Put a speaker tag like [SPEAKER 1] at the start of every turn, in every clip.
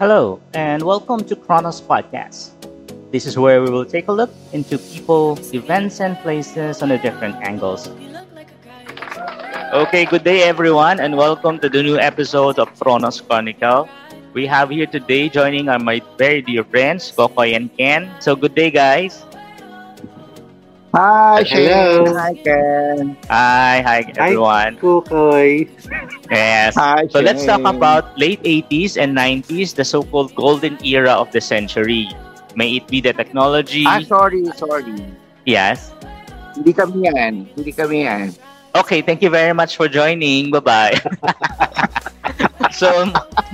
[SPEAKER 1] Hello, and welcome to Chronos Podcast. This is where we will take a look into people, events, and places on a different angles. Okay, good day everyone, and welcome to the new episode of Chronos Chronicle. We have here today joining are my very dear friends, Kokoy and Ken. So good day, guys.
[SPEAKER 2] Hi,
[SPEAKER 3] Hello.
[SPEAKER 2] Shane.
[SPEAKER 4] Hi, Ken.
[SPEAKER 1] Hi, hi everyone.
[SPEAKER 3] Kukoy.
[SPEAKER 1] Yes.
[SPEAKER 2] Hi,
[SPEAKER 1] So let's talk
[SPEAKER 2] Shane.
[SPEAKER 1] about late 80s and 90s, the so-called golden era of the century. May it be the technology.
[SPEAKER 4] Ah, sorry, sorry.
[SPEAKER 1] Yes.
[SPEAKER 4] Hindi kami yan. Hindi kami yan.
[SPEAKER 1] Okay, thank you very much for joining. Bye-bye. so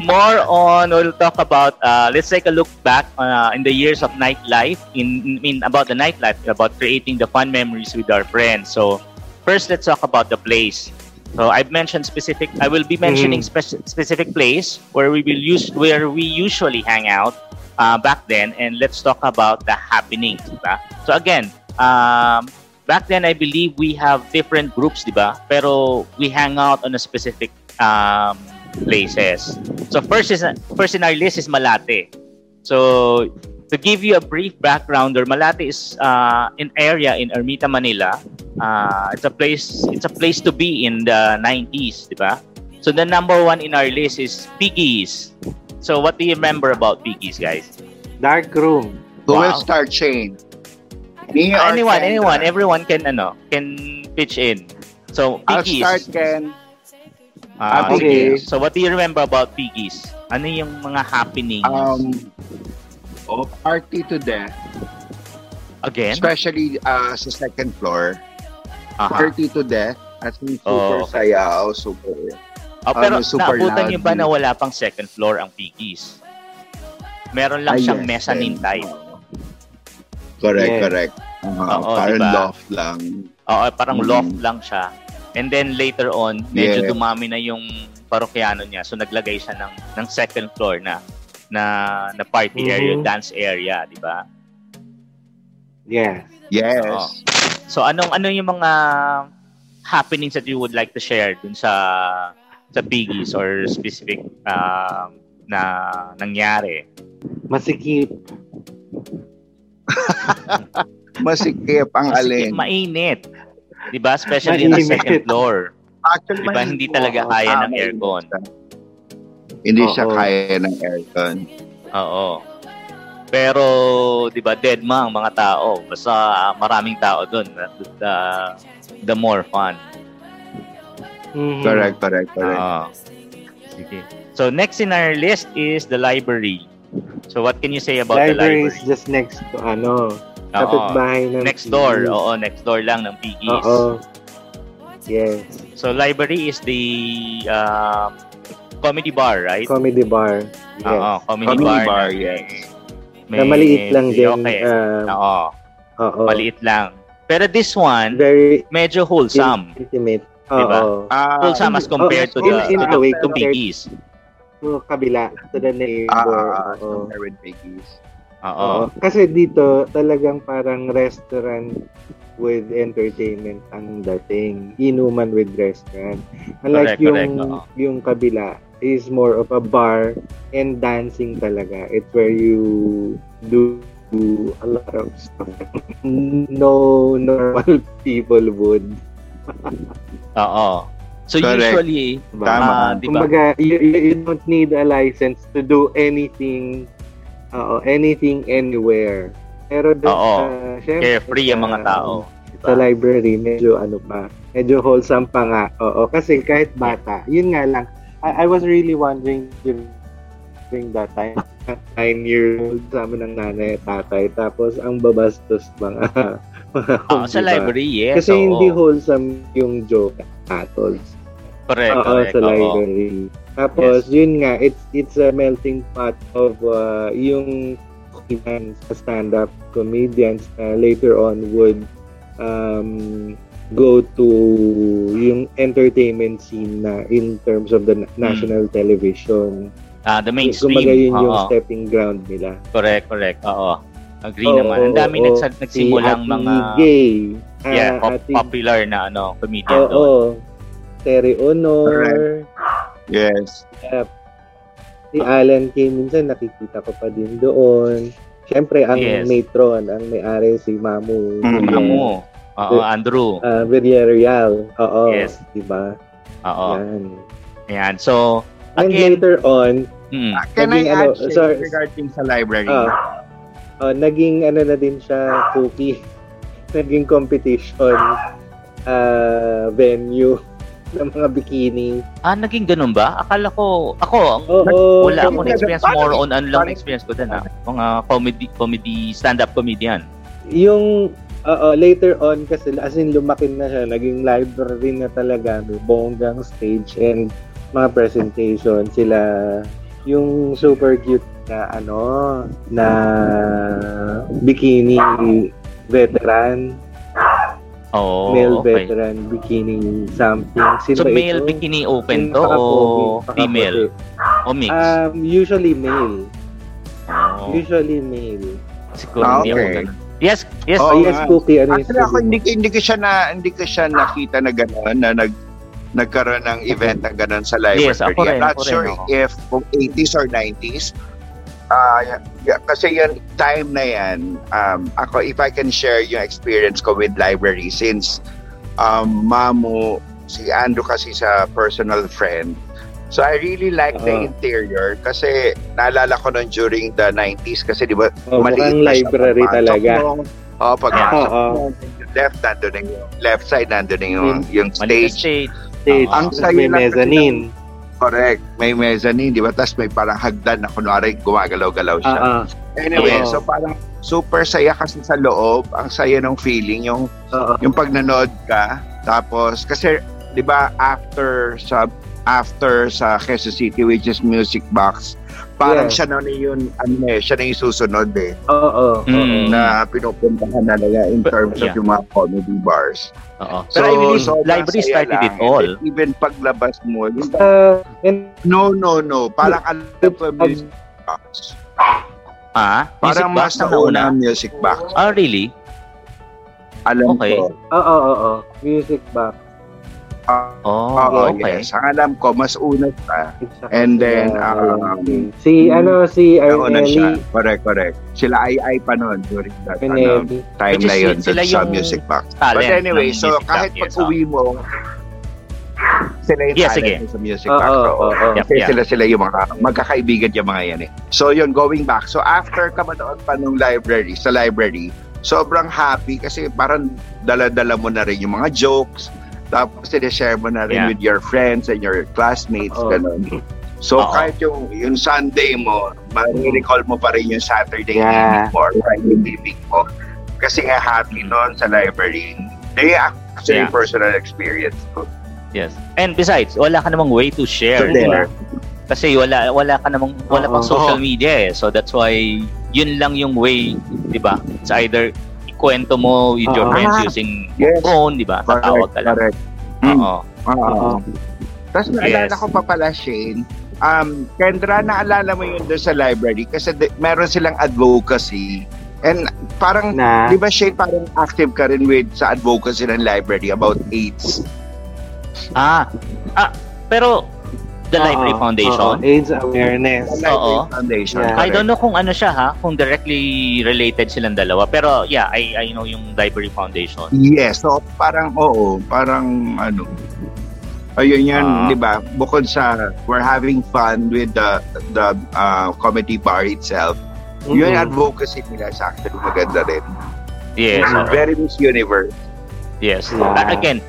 [SPEAKER 1] more on we'll talk about uh, let's take a look back uh, in the years of nightlife in, in about the nightlife about creating the fun memories with our friends so first let's talk about the place so i've mentioned specific i will be mentioning spec- specific place where we will use where we usually hang out uh, back then and let's talk about the happening diba? so again um, back then i believe we have different groups diba pero we hang out on a specific um, places. So first is first in our list is Malate. So to give you a brief background, or Malate is uh, an area in Ermita, Manila. Uh, it's a place it's a place to be in the 90s, di ba? So the number one in our list is Piggies. So what do you remember about Piggies, guys?
[SPEAKER 3] Dark room.
[SPEAKER 2] Who
[SPEAKER 1] Wow.
[SPEAKER 2] will start, Shane?
[SPEAKER 4] Me or
[SPEAKER 1] anyone,
[SPEAKER 4] Ken
[SPEAKER 1] anyone,
[SPEAKER 4] ka?
[SPEAKER 1] everyone can ano, can pitch in. So
[SPEAKER 4] I'll
[SPEAKER 1] Piggies.
[SPEAKER 4] start, Ken.
[SPEAKER 1] Ah,
[SPEAKER 4] Ah,
[SPEAKER 3] Piggies.
[SPEAKER 1] sige. So what do you remember about Piggies? Ano yung mga happenings?
[SPEAKER 2] Um, oh, party to death.
[SPEAKER 1] Again?
[SPEAKER 2] Especially uh, sa second floor.
[SPEAKER 1] Aha.
[SPEAKER 2] Party to death. As in super
[SPEAKER 1] Oh, okay.
[SPEAKER 2] sayaw, super...
[SPEAKER 1] Oh, pero
[SPEAKER 2] Ano, super
[SPEAKER 1] naabutan niyo ba
[SPEAKER 2] loud.
[SPEAKER 1] na wala pang second floor ang Piggies? Meron lang
[SPEAKER 2] Ah,
[SPEAKER 1] siyang
[SPEAKER 2] yes,
[SPEAKER 1] mezzanine
[SPEAKER 2] yes.
[SPEAKER 1] type.
[SPEAKER 2] Correct,
[SPEAKER 3] Yes.
[SPEAKER 2] correct. Uh,
[SPEAKER 1] Oo,
[SPEAKER 2] parang
[SPEAKER 1] diba?
[SPEAKER 2] loft lang.
[SPEAKER 1] Oo, parang
[SPEAKER 2] Mm.
[SPEAKER 1] loft lang siya. And then later on, medyo
[SPEAKER 2] Yeah.
[SPEAKER 1] dumami na yung parokyano niya. So naglagay siya ng ng second floor na na na party
[SPEAKER 3] Mhm.
[SPEAKER 1] area,
[SPEAKER 2] Mm-hmm.
[SPEAKER 1] dance area, di ba?
[SPEAKER 3] Yeah.
[SPEAKER 2] Yes.
[SPEAKER 1] Oo. So anong ano yung mga happenings that you would like to share dun sa sa Piggies or specific um, na nangyari?
[SPEAKER 3] Masikip.
[SPEAKER 2] Masikip ang
[SPEAKER 1] Kasi
[SPEAKER 2] alin.
[SPEAKER 1] mainit. 'Di ba? Especially on the
[SPEAKER 3] Mainit.
[SPEAKER 1] second floor.
[SPEAKER 2] Actually,
[SPEAKER 1] 'Di ba
[SPEAKER 2] mainit.
[SPEAKER 1] hindi talaga
[SPEAKER 2] Oo,
[SPEAKER 1] kaya
[SPEAKER 2] tama,
[SPEAKER 1] ng aircon?
[SPEAKER 2] Hindi siya
[SPEAKER 3] Oo.
[SPEAKER 2] kaya ng aircon.
[SPEAKER 1] Oo. Pero 'di ba dead ma ang mga tao. Basta ah, maraming tao doon. The, the more fun.
[SPEAKER 3] Mhm.
[SPEAKER 2] Correct, correct, correct.
[SPEAKER 1] Oo. Ah. Sige. So next in our list is the library. So what can you say about
[SPEAKER 3] Library
[SPEAKER 1] the
[SPEAKER 3] is just next to ano.
[SPEAKER 1] Oo.
[SPEAKER 3] Kapitbahay ng
[SPEAKER 1] Next door.
[SPEAKER 3] Piggies.
[SPEAKER 1] Oo, next door lang ng Piggies.
[SPEAKER 3] Oo. Yes.
[SPEAKER 1] So library is the um, comedy bar, right? Ah,
[SPEAKER 3] Comedy bar. Yes.
[SPEAKER 1] Oo, comedy,
[SPEAKER 2] Comedy
[SPEAKER 1] bar.
[SPEAKER 2] bar,
[SPEAKER 1] na- eh.
[SPEAKER 2] yes.
[SPEAKER 3] na maliit lang din.
[SPEAKER 1] Okay.
[SPEAKER 3] um,
[SPEAKER 1] Oo,
[SPEAKER 3] Oo.
[SPEAKER 1] maliit lang. Pero this one,
[SPEAKER 3] Very
[SPEAKER 1] medyo wholesome.
[SPEAKER 3] intimate. Oo.
[SPEAKER 1] Diba?
[SPEAKER 2] Ah,
[SPEAKER 1] wholesome as compared to
[SPEAKER 3] in-
[SPEAKER 1] the
[SPEAKER 3] in
[SPEAKER 1] to
[SPEAKER 3] a way,
[SPEAKER 1] the- to
[SPEAKER 3] compared-
[SPEAKER 1] Piggies.
[SPEAKER 3] To kabila. To the
[SPEAKER 2] ah,
[SPEAKER 3] neighbor.
[SPEAKER 2] ah, ah,
[SPEAKER 3] Oo.
[SPEAKER 2] compared with Piggies.
[SPEAKER 1] Oo.
[SPEAKER 3] Oo. Kasi dito, talagang parang restaurant with entertainment ang dating. Inuman with restaurant. Unlike
[SPEAKER 1] Correct, correct,
[SPEAKER 3] yung,
[SPEAKER 1] oo.
[SPEAKER 3] yung kabila is more of a bar and dancing talaga. It's where you do a lot of stuff. No normal people would.
[SPEAKER 1] Oo. So
[SPEAKER 2] Correct.
[SPEAKER 1] usually,
[SPEAKER 3] Diba?
[SPEAKER 2] Tama.
[SPEAKER 1] ah, di ba?
[SPEAKER 3] Kumbaga, you, you you don't need a license to do anything, oo, anything anywhere. Pero doon,
[SPEAKER 1] Oo.
[SPEAKER 3] uh, syempre,
[SPEAKER 1] Carefree ang mga
[SPEAKER 3] sa-
[SPEAKER 1] tao. Di ba?
[SPEAKER 3] Sa library, medyo ano pa, medyo wholesome pa nga. Oo, kasi kahit bata, yun nga lang, I, I was really wondering during that time, nine year old sama ng nanay at tatay, tapos ang babastos mga, mga
[SPEAKER 1] Oo, Ah, sa
[SPEAKER 3] diba?
[SPEAKER 1] library, yes.
[SPEAKER 3] Kasi
[SPEAKER 1] oo.
[SPEAKER 3] hindi wholesome yung joke at battles.
[SPEAKER 1] Correct,
[SPEAKER 3] Oo,
[SPEAKER 1] correct.
[SPEAKER 3] ah, sa
[SPEAKER 1] oo.
[SPEAKER 3] library. Tapos, yun nga, it's it's a melting pot of uh, yung events, stand-up comedians na later on would um, go to yung entertainment scene na in terms of the na- national television.
[SPEAKER 1] Ah, the Hmm. mainstream.
[SPEAKER 3] Kumbaga yun yung
[SPEAKER 1] oo.
[SPEAKER 3] stepping ground nila.
[SPEAKER 1] Correct, correct. Oo. Agree
[SPEAKER 3] Oo,
[SPEAKER 1] naman. Ang dami
[SPEAKER 3] oo,
[SPEAKER 1] nagsa- nagsimulang
[SPEAKER 3] Ate
[SPEAKER 1] mga
[SPEAKER 3] Gay. ah,
[SPEAKER 1] yeah, pop-
[SPEAKER 3] Ate-
[SPEAKER 1] popular na ano, comedian
[SPEAKER 3] Oo. Terry Honor.
[SPEAKER 2] Yes.
[SPEAKER 3] Uh, si Alan Kay, minsan nakikita ko pa din doon. Siyempre, ang
[SPEAKER 1] Yes.
[SPEAKER 3] matron, ang may-ari si Mamu.
[SPEAKER 2] Mm.
[SPEAKER 1] Mga mo. Oo, Andrew.
[SPEAKER 3] Uh, Villarreal. Oo.
[SPEAKER 1] Yes.
[SPEAKER 3] Diba?
[SPEAKER 1] Oo.
[SPEAKER 3] Yan.
[SPEAKER 1] Ayan. So,
[SPEAKER 3] And
[SPEAKER 1] again,
[SPEAKER 3] later on,
[SPEAKER 1] mm,
[SPEAKER 2] Ah, Can I
[SPEAKER 3] Naging ano,
[SPEAKER 2] add Shay,
[SPEAKER 3] sorry.
[SPEAKER 2] regarding sa library?
[SPEAKER 3] uh, uh, naging ano na din siya, cookie. naging competition uh, venue ng mga bikini.
[SPEAKER 1] ah, naging ganun ba? Akala ko, ako, ang-
[SPEAKER 3] Oo.
[SPEAKER 1] wala
[SPEAKER 2] nag-
[SPEAKER 1] akong experience.
[SPEAKER 2] Paano-
[SPEAKER 1] More on, ano lang
[SPEAKER 2] paano-
[SPEAKER 1] experience ko din, ah. Mga comedy, comedy, stand-up comedian.
[SPEAKER 3] yung oo, later on kasi as in lumaki na siya, naging library na talaga, may bonggang stage and mga presentation sila yung super cute na ano na bikini veteran,
[SPEAKER 1] Oo,
[SPEAKER 3] male
[SPEAKER 1] okay.
[SPEAKER 3] veteran bikini something. Sino
[SPEAKER 1] So,
[SPEAKER 3] ba
[SPEAKER 1] male
[SPEAKER 3] ito?
[SPEAKER 1] bikini open
[SPEAKER 3] Yung
[SPEAKER 1] to o
[SPEAKER 3] nakapogi,
[SPEAKER 1] female?
[SPEAKER 3] nakapogi.
[SPEAKER 1] O mix? Oh.
[SPEAKER 3] Um, usually male.
[SPEAKER 1] Oo.
[SPEAKER 3] Usually male.
[SPEAKER 1] Siguro
[SPEAKER 2] Ah,
[SPEAKER 1] hindi ako
[SPEAKER 2] okay.
[SPEAKER 1] ganun. Yes, yes.
[SPEAKER 2] Oo
[SPEAKER 3] Oh, yes,
[SPEAKER 2] nga.
[SPEAKER 3] Cookie. Ano yung
[SPEAKER 2] Actually, ako
[SPEAKER 3] sabi mo?
[SPEAKER 2] hindi, hindi ko siya na hindi ko siya nakita na gano'n na nag nagkaroon ng event na gano'n sa library.
[SPEAKER 1] Yes, ako rin,
[SPEAKER 2] I'm not
[SPEAKER 1] ako rin,
[SPEAKER 2] sure
[SPEAKER 1] ako.
[SPEAKER 2] if kung 80s or 90s. Ah, y- y- kasi yung time na yan, um, ako, if I can share yung experience ko with library since um, Mamu, si Andrew kasi sa personal friend. So I really like the
[SPEAKER 1] Uh-huh.
[SPEAKER 3] Ah.
[SPEAKER 2] interior kasi naalala ko nun during the 90s kasi di ba
[SPEAKER 3] Oh, mukhang library talaga.
[SPEAKER 2] Oo, oh, pagpasok mo,
[SPEAKER 3] Oo.
[SPEAKER 2] left, nandun na yung left side, nandun na yung,
[SPEAKER 3] Hmm.
[SPEAKER 2] yung
[SPEAKER 1] Maliit
[SPEAKER 2] stage.
[SPEAKER 1] stage.
[SPEAKER 3] Stage.
[SPEAKER 1] Ang
[SPEAKER 3] Tapos
[SPEAKER 2] sayo
[SPEAKER 3] may
[SPEAKER 2] lang kasi
[SPEAKER 3] mezzanine.
[SPEAKER 2] Correct. May mezzanine, di ba? Tapos may parang hagdan na kunwari gumagalaw-galaw siya.
[SPEAKER 3] Ah, ah.
[SPEAKER 2] anyway, so
[SPEAKER 3] Oo.
[SPEAKER 2] parang super saya kasi sa loob. Ang saya ng feeling, yung,
[SPEAKER 3] Oo.
[SPEAKER 2] yung pag nanood ka. Tapos, kasi, di ba, after sa after sa Quezon City, which is Music Box, parang
[SPEAKER 3] Yes.
[SPEAKER 2] siya na yun, ano eh, siya na yung susunod eh.
[SPEAKER 3] Oo. ờ.
[SPEAKER 1] Mm.
[SPEAKER 2] na pinupuntahan talaga in
[SPEAKER 1] But-
[SPEAKER 2] terms
[SPEAKER 1] yeah.
[SPEAKER 2] of yung mga comedy bars.
[SPEAKER 1] Oo. Pero I believe
[SPEAKER 2] sobrang
[SPEAKER 1] library
[SPEAKER 2] saya
[SPEAKER 1] started
[SPEAKER 2] lang.
[SPEAKER 1] it all.
[SPEAKER 2] And even paglabas mo, yung-
[SPEAKER 3] Uh, and
[SPEAKER 2] no, no, no. Parang alam ko yung
[SPEAKER 3] pag,
[SPEAKER 2] music box.
[SPEAKER 1] Ah,
[SPEAKER 2] Parang
[SPEAKER 1] music box
[SPEAKER 2] mas
[SPEAKER 1] na una.
[SPEAKER 2] nauna ang music box.
[SPEAKER 1] Ah, really?
[SPEAKER 2] Alam
[SPEAKER 1] Okay.
[SPEAKER 2] ko.
[SPEAKER 3] oo, oo, oo. ờ, Music box.
[SPEAKER 2] Ah,
[SPEAKER 1] Oh,
[SPEAKER 2] Oo,
[SPEAKER 1] okay.
[SPEAKER 2] yes. Ang alam ko, mas una siya.
[SPEAKER 3] Exactly.
[SPEAKER 2] And then,
[SPEAKER 3] Yeah.
[SPEAKER 2] um, Dạ,
[SPEAKER 3] si, ano, si
[SPEAKER 2] Nauna siya.
[SPEAKER 3] Arnelli.
[SPEAKER 2] Correct, correct. Sila ay ay pa noon during that
[SPEAKER 3] E,
[SPEAKER 2] ano,
[SPEAKER 3] Arnelli.
[SPEAKER 1] Which
[SPEAKER 2] time
[SPEAKER 1] is
[SPEAKER 2] na yun
[SPEAKER 1] sila
[SPEAKER 2] dun sa
[SPEAKER 1] yung
[SPEAKER 2] music box.
[SPEAKER 1] Talent.
[SPEAKER 2] But
[SPEAKER 1] ng
[SPEAKER 2] anyway, so
[SPEAKER 1] music
[SPEAKER 2] kahit
[SPEAKER 1] box, yes,
[SPEAKER 2] pag uwi mo, sila yung
[SPEAKER 1] Yes, sige. Uh,
[SPEAKER 2] talent sa music
[SPEAKER 3] Oo,
[SPEAKER 2] box.
[SPEAKER 3] oo,
[SPEAKER 2] Oo.
[SPEAKER 3] oo.
[SPEAKER 1] Yep.
[SPEAKER 2] Kasi
[SPEAKER 1] Yeah.
[SPEAKER 2] sila sila yung mga magkakaibigan yung mga yan eh. So yun, going back. So after ka manood pa nung library, sa library, sobrang happy kasi parang dala-dala mo na rin yung mga jokes. Tapos sinishare mo na rin
[SPEAKER 1] Yeah.
[SPEAKER 2] with your friends and your classmates.
[SPEAKER 3] Oo.
[SPEAKER 2] Ganun. So
[SPEAKER 1] Oo.
[SPEAKER 2] kahit yung, yung Sunday mo, marirecall mo pa rin yung Saturday
[SPEAKER 5] Yeah.
[SPEAKER 2] evening mo or Friday evening mo. Kasi nga happy noon sa library. They actually
[SPEAKER 1] Yeah.
[SPEAKER 2] personal experience. ko.
[SPEAKER 1] ah. Yes. And besides, wala ka namang way to share.
[SPEAKER 2] So
[SPEAKER 1] di ba?
[SPEAKER 2] there.
[SPEAKER 1] Kasi wala wala ka namang wala pang
[SPEAKER 3] Oo.
[SPEAKER 1] social media eh. So that's why yun lang yung way, 'di ba? It's either ikwento mo with your
[SPEAKER 3] Oo.
[SPEAKER 1] friends using
[SPEAKER 2] Yes.
[SPEAKER 1] phone, 'di ba? Tatawag ka lang.
[SPEAKER 2] Correct. Mm.
[SPEAKER 1] Oo.
[SPEAKER 3] Ờ,
[SPEAKER 2] Oo. Tapos naalala
[SPEAKER 1] Yes.
[SPEAKER 2] ko pa pala, Shane, um, Kendra, naalala mo yun doon sa library kasi di- meron silang advocacy. And parang,
[SPEAKER 5] Na.
[SPEAKER 2] di ba Shane, parang active ka rin with sa advocacy ng library about AIDS.
[SPEAKER 1] Ah. Ah, pero the
[SPEAKER 3] Oo,
[SPEAKER 1] Library Foundation.
[SPEAKER 3] oo. AIDS awareness.
[SPEAKER 2] Sa Library
[SPEAKER 1] Oo.
[SPEAKER 2] Foundation.
[SPEAKER 3] Yeah.
[SPEAKER 1] I don't know kung ano siya ha, kung directly related silang dalawa. Pero yeah, I I know yung Library Foundation.
[SPEAKER 2] Yes, so parang oo, parang ano. Ayun yan,
[SPEAKER 1] Ah.
[SPEAKER 2] di ba? Bukod sa we're having fun with the the uh, comedy bar itself,
[SPEAKER 3] Ừ.
[SPEAKER 2] yun
[SPEAKER 1] Mm-hmm.
[SPEAKER 2] yung advocacy nila sa akin, maganda rin.
[SPEAKER 1] Yes. oo.
[SPEAKER 2] Very Miss Universe.
[SPEAKER 1] Yes.
[SPEAKER 3] Yeah.
[SPEAKER 1] A- Again,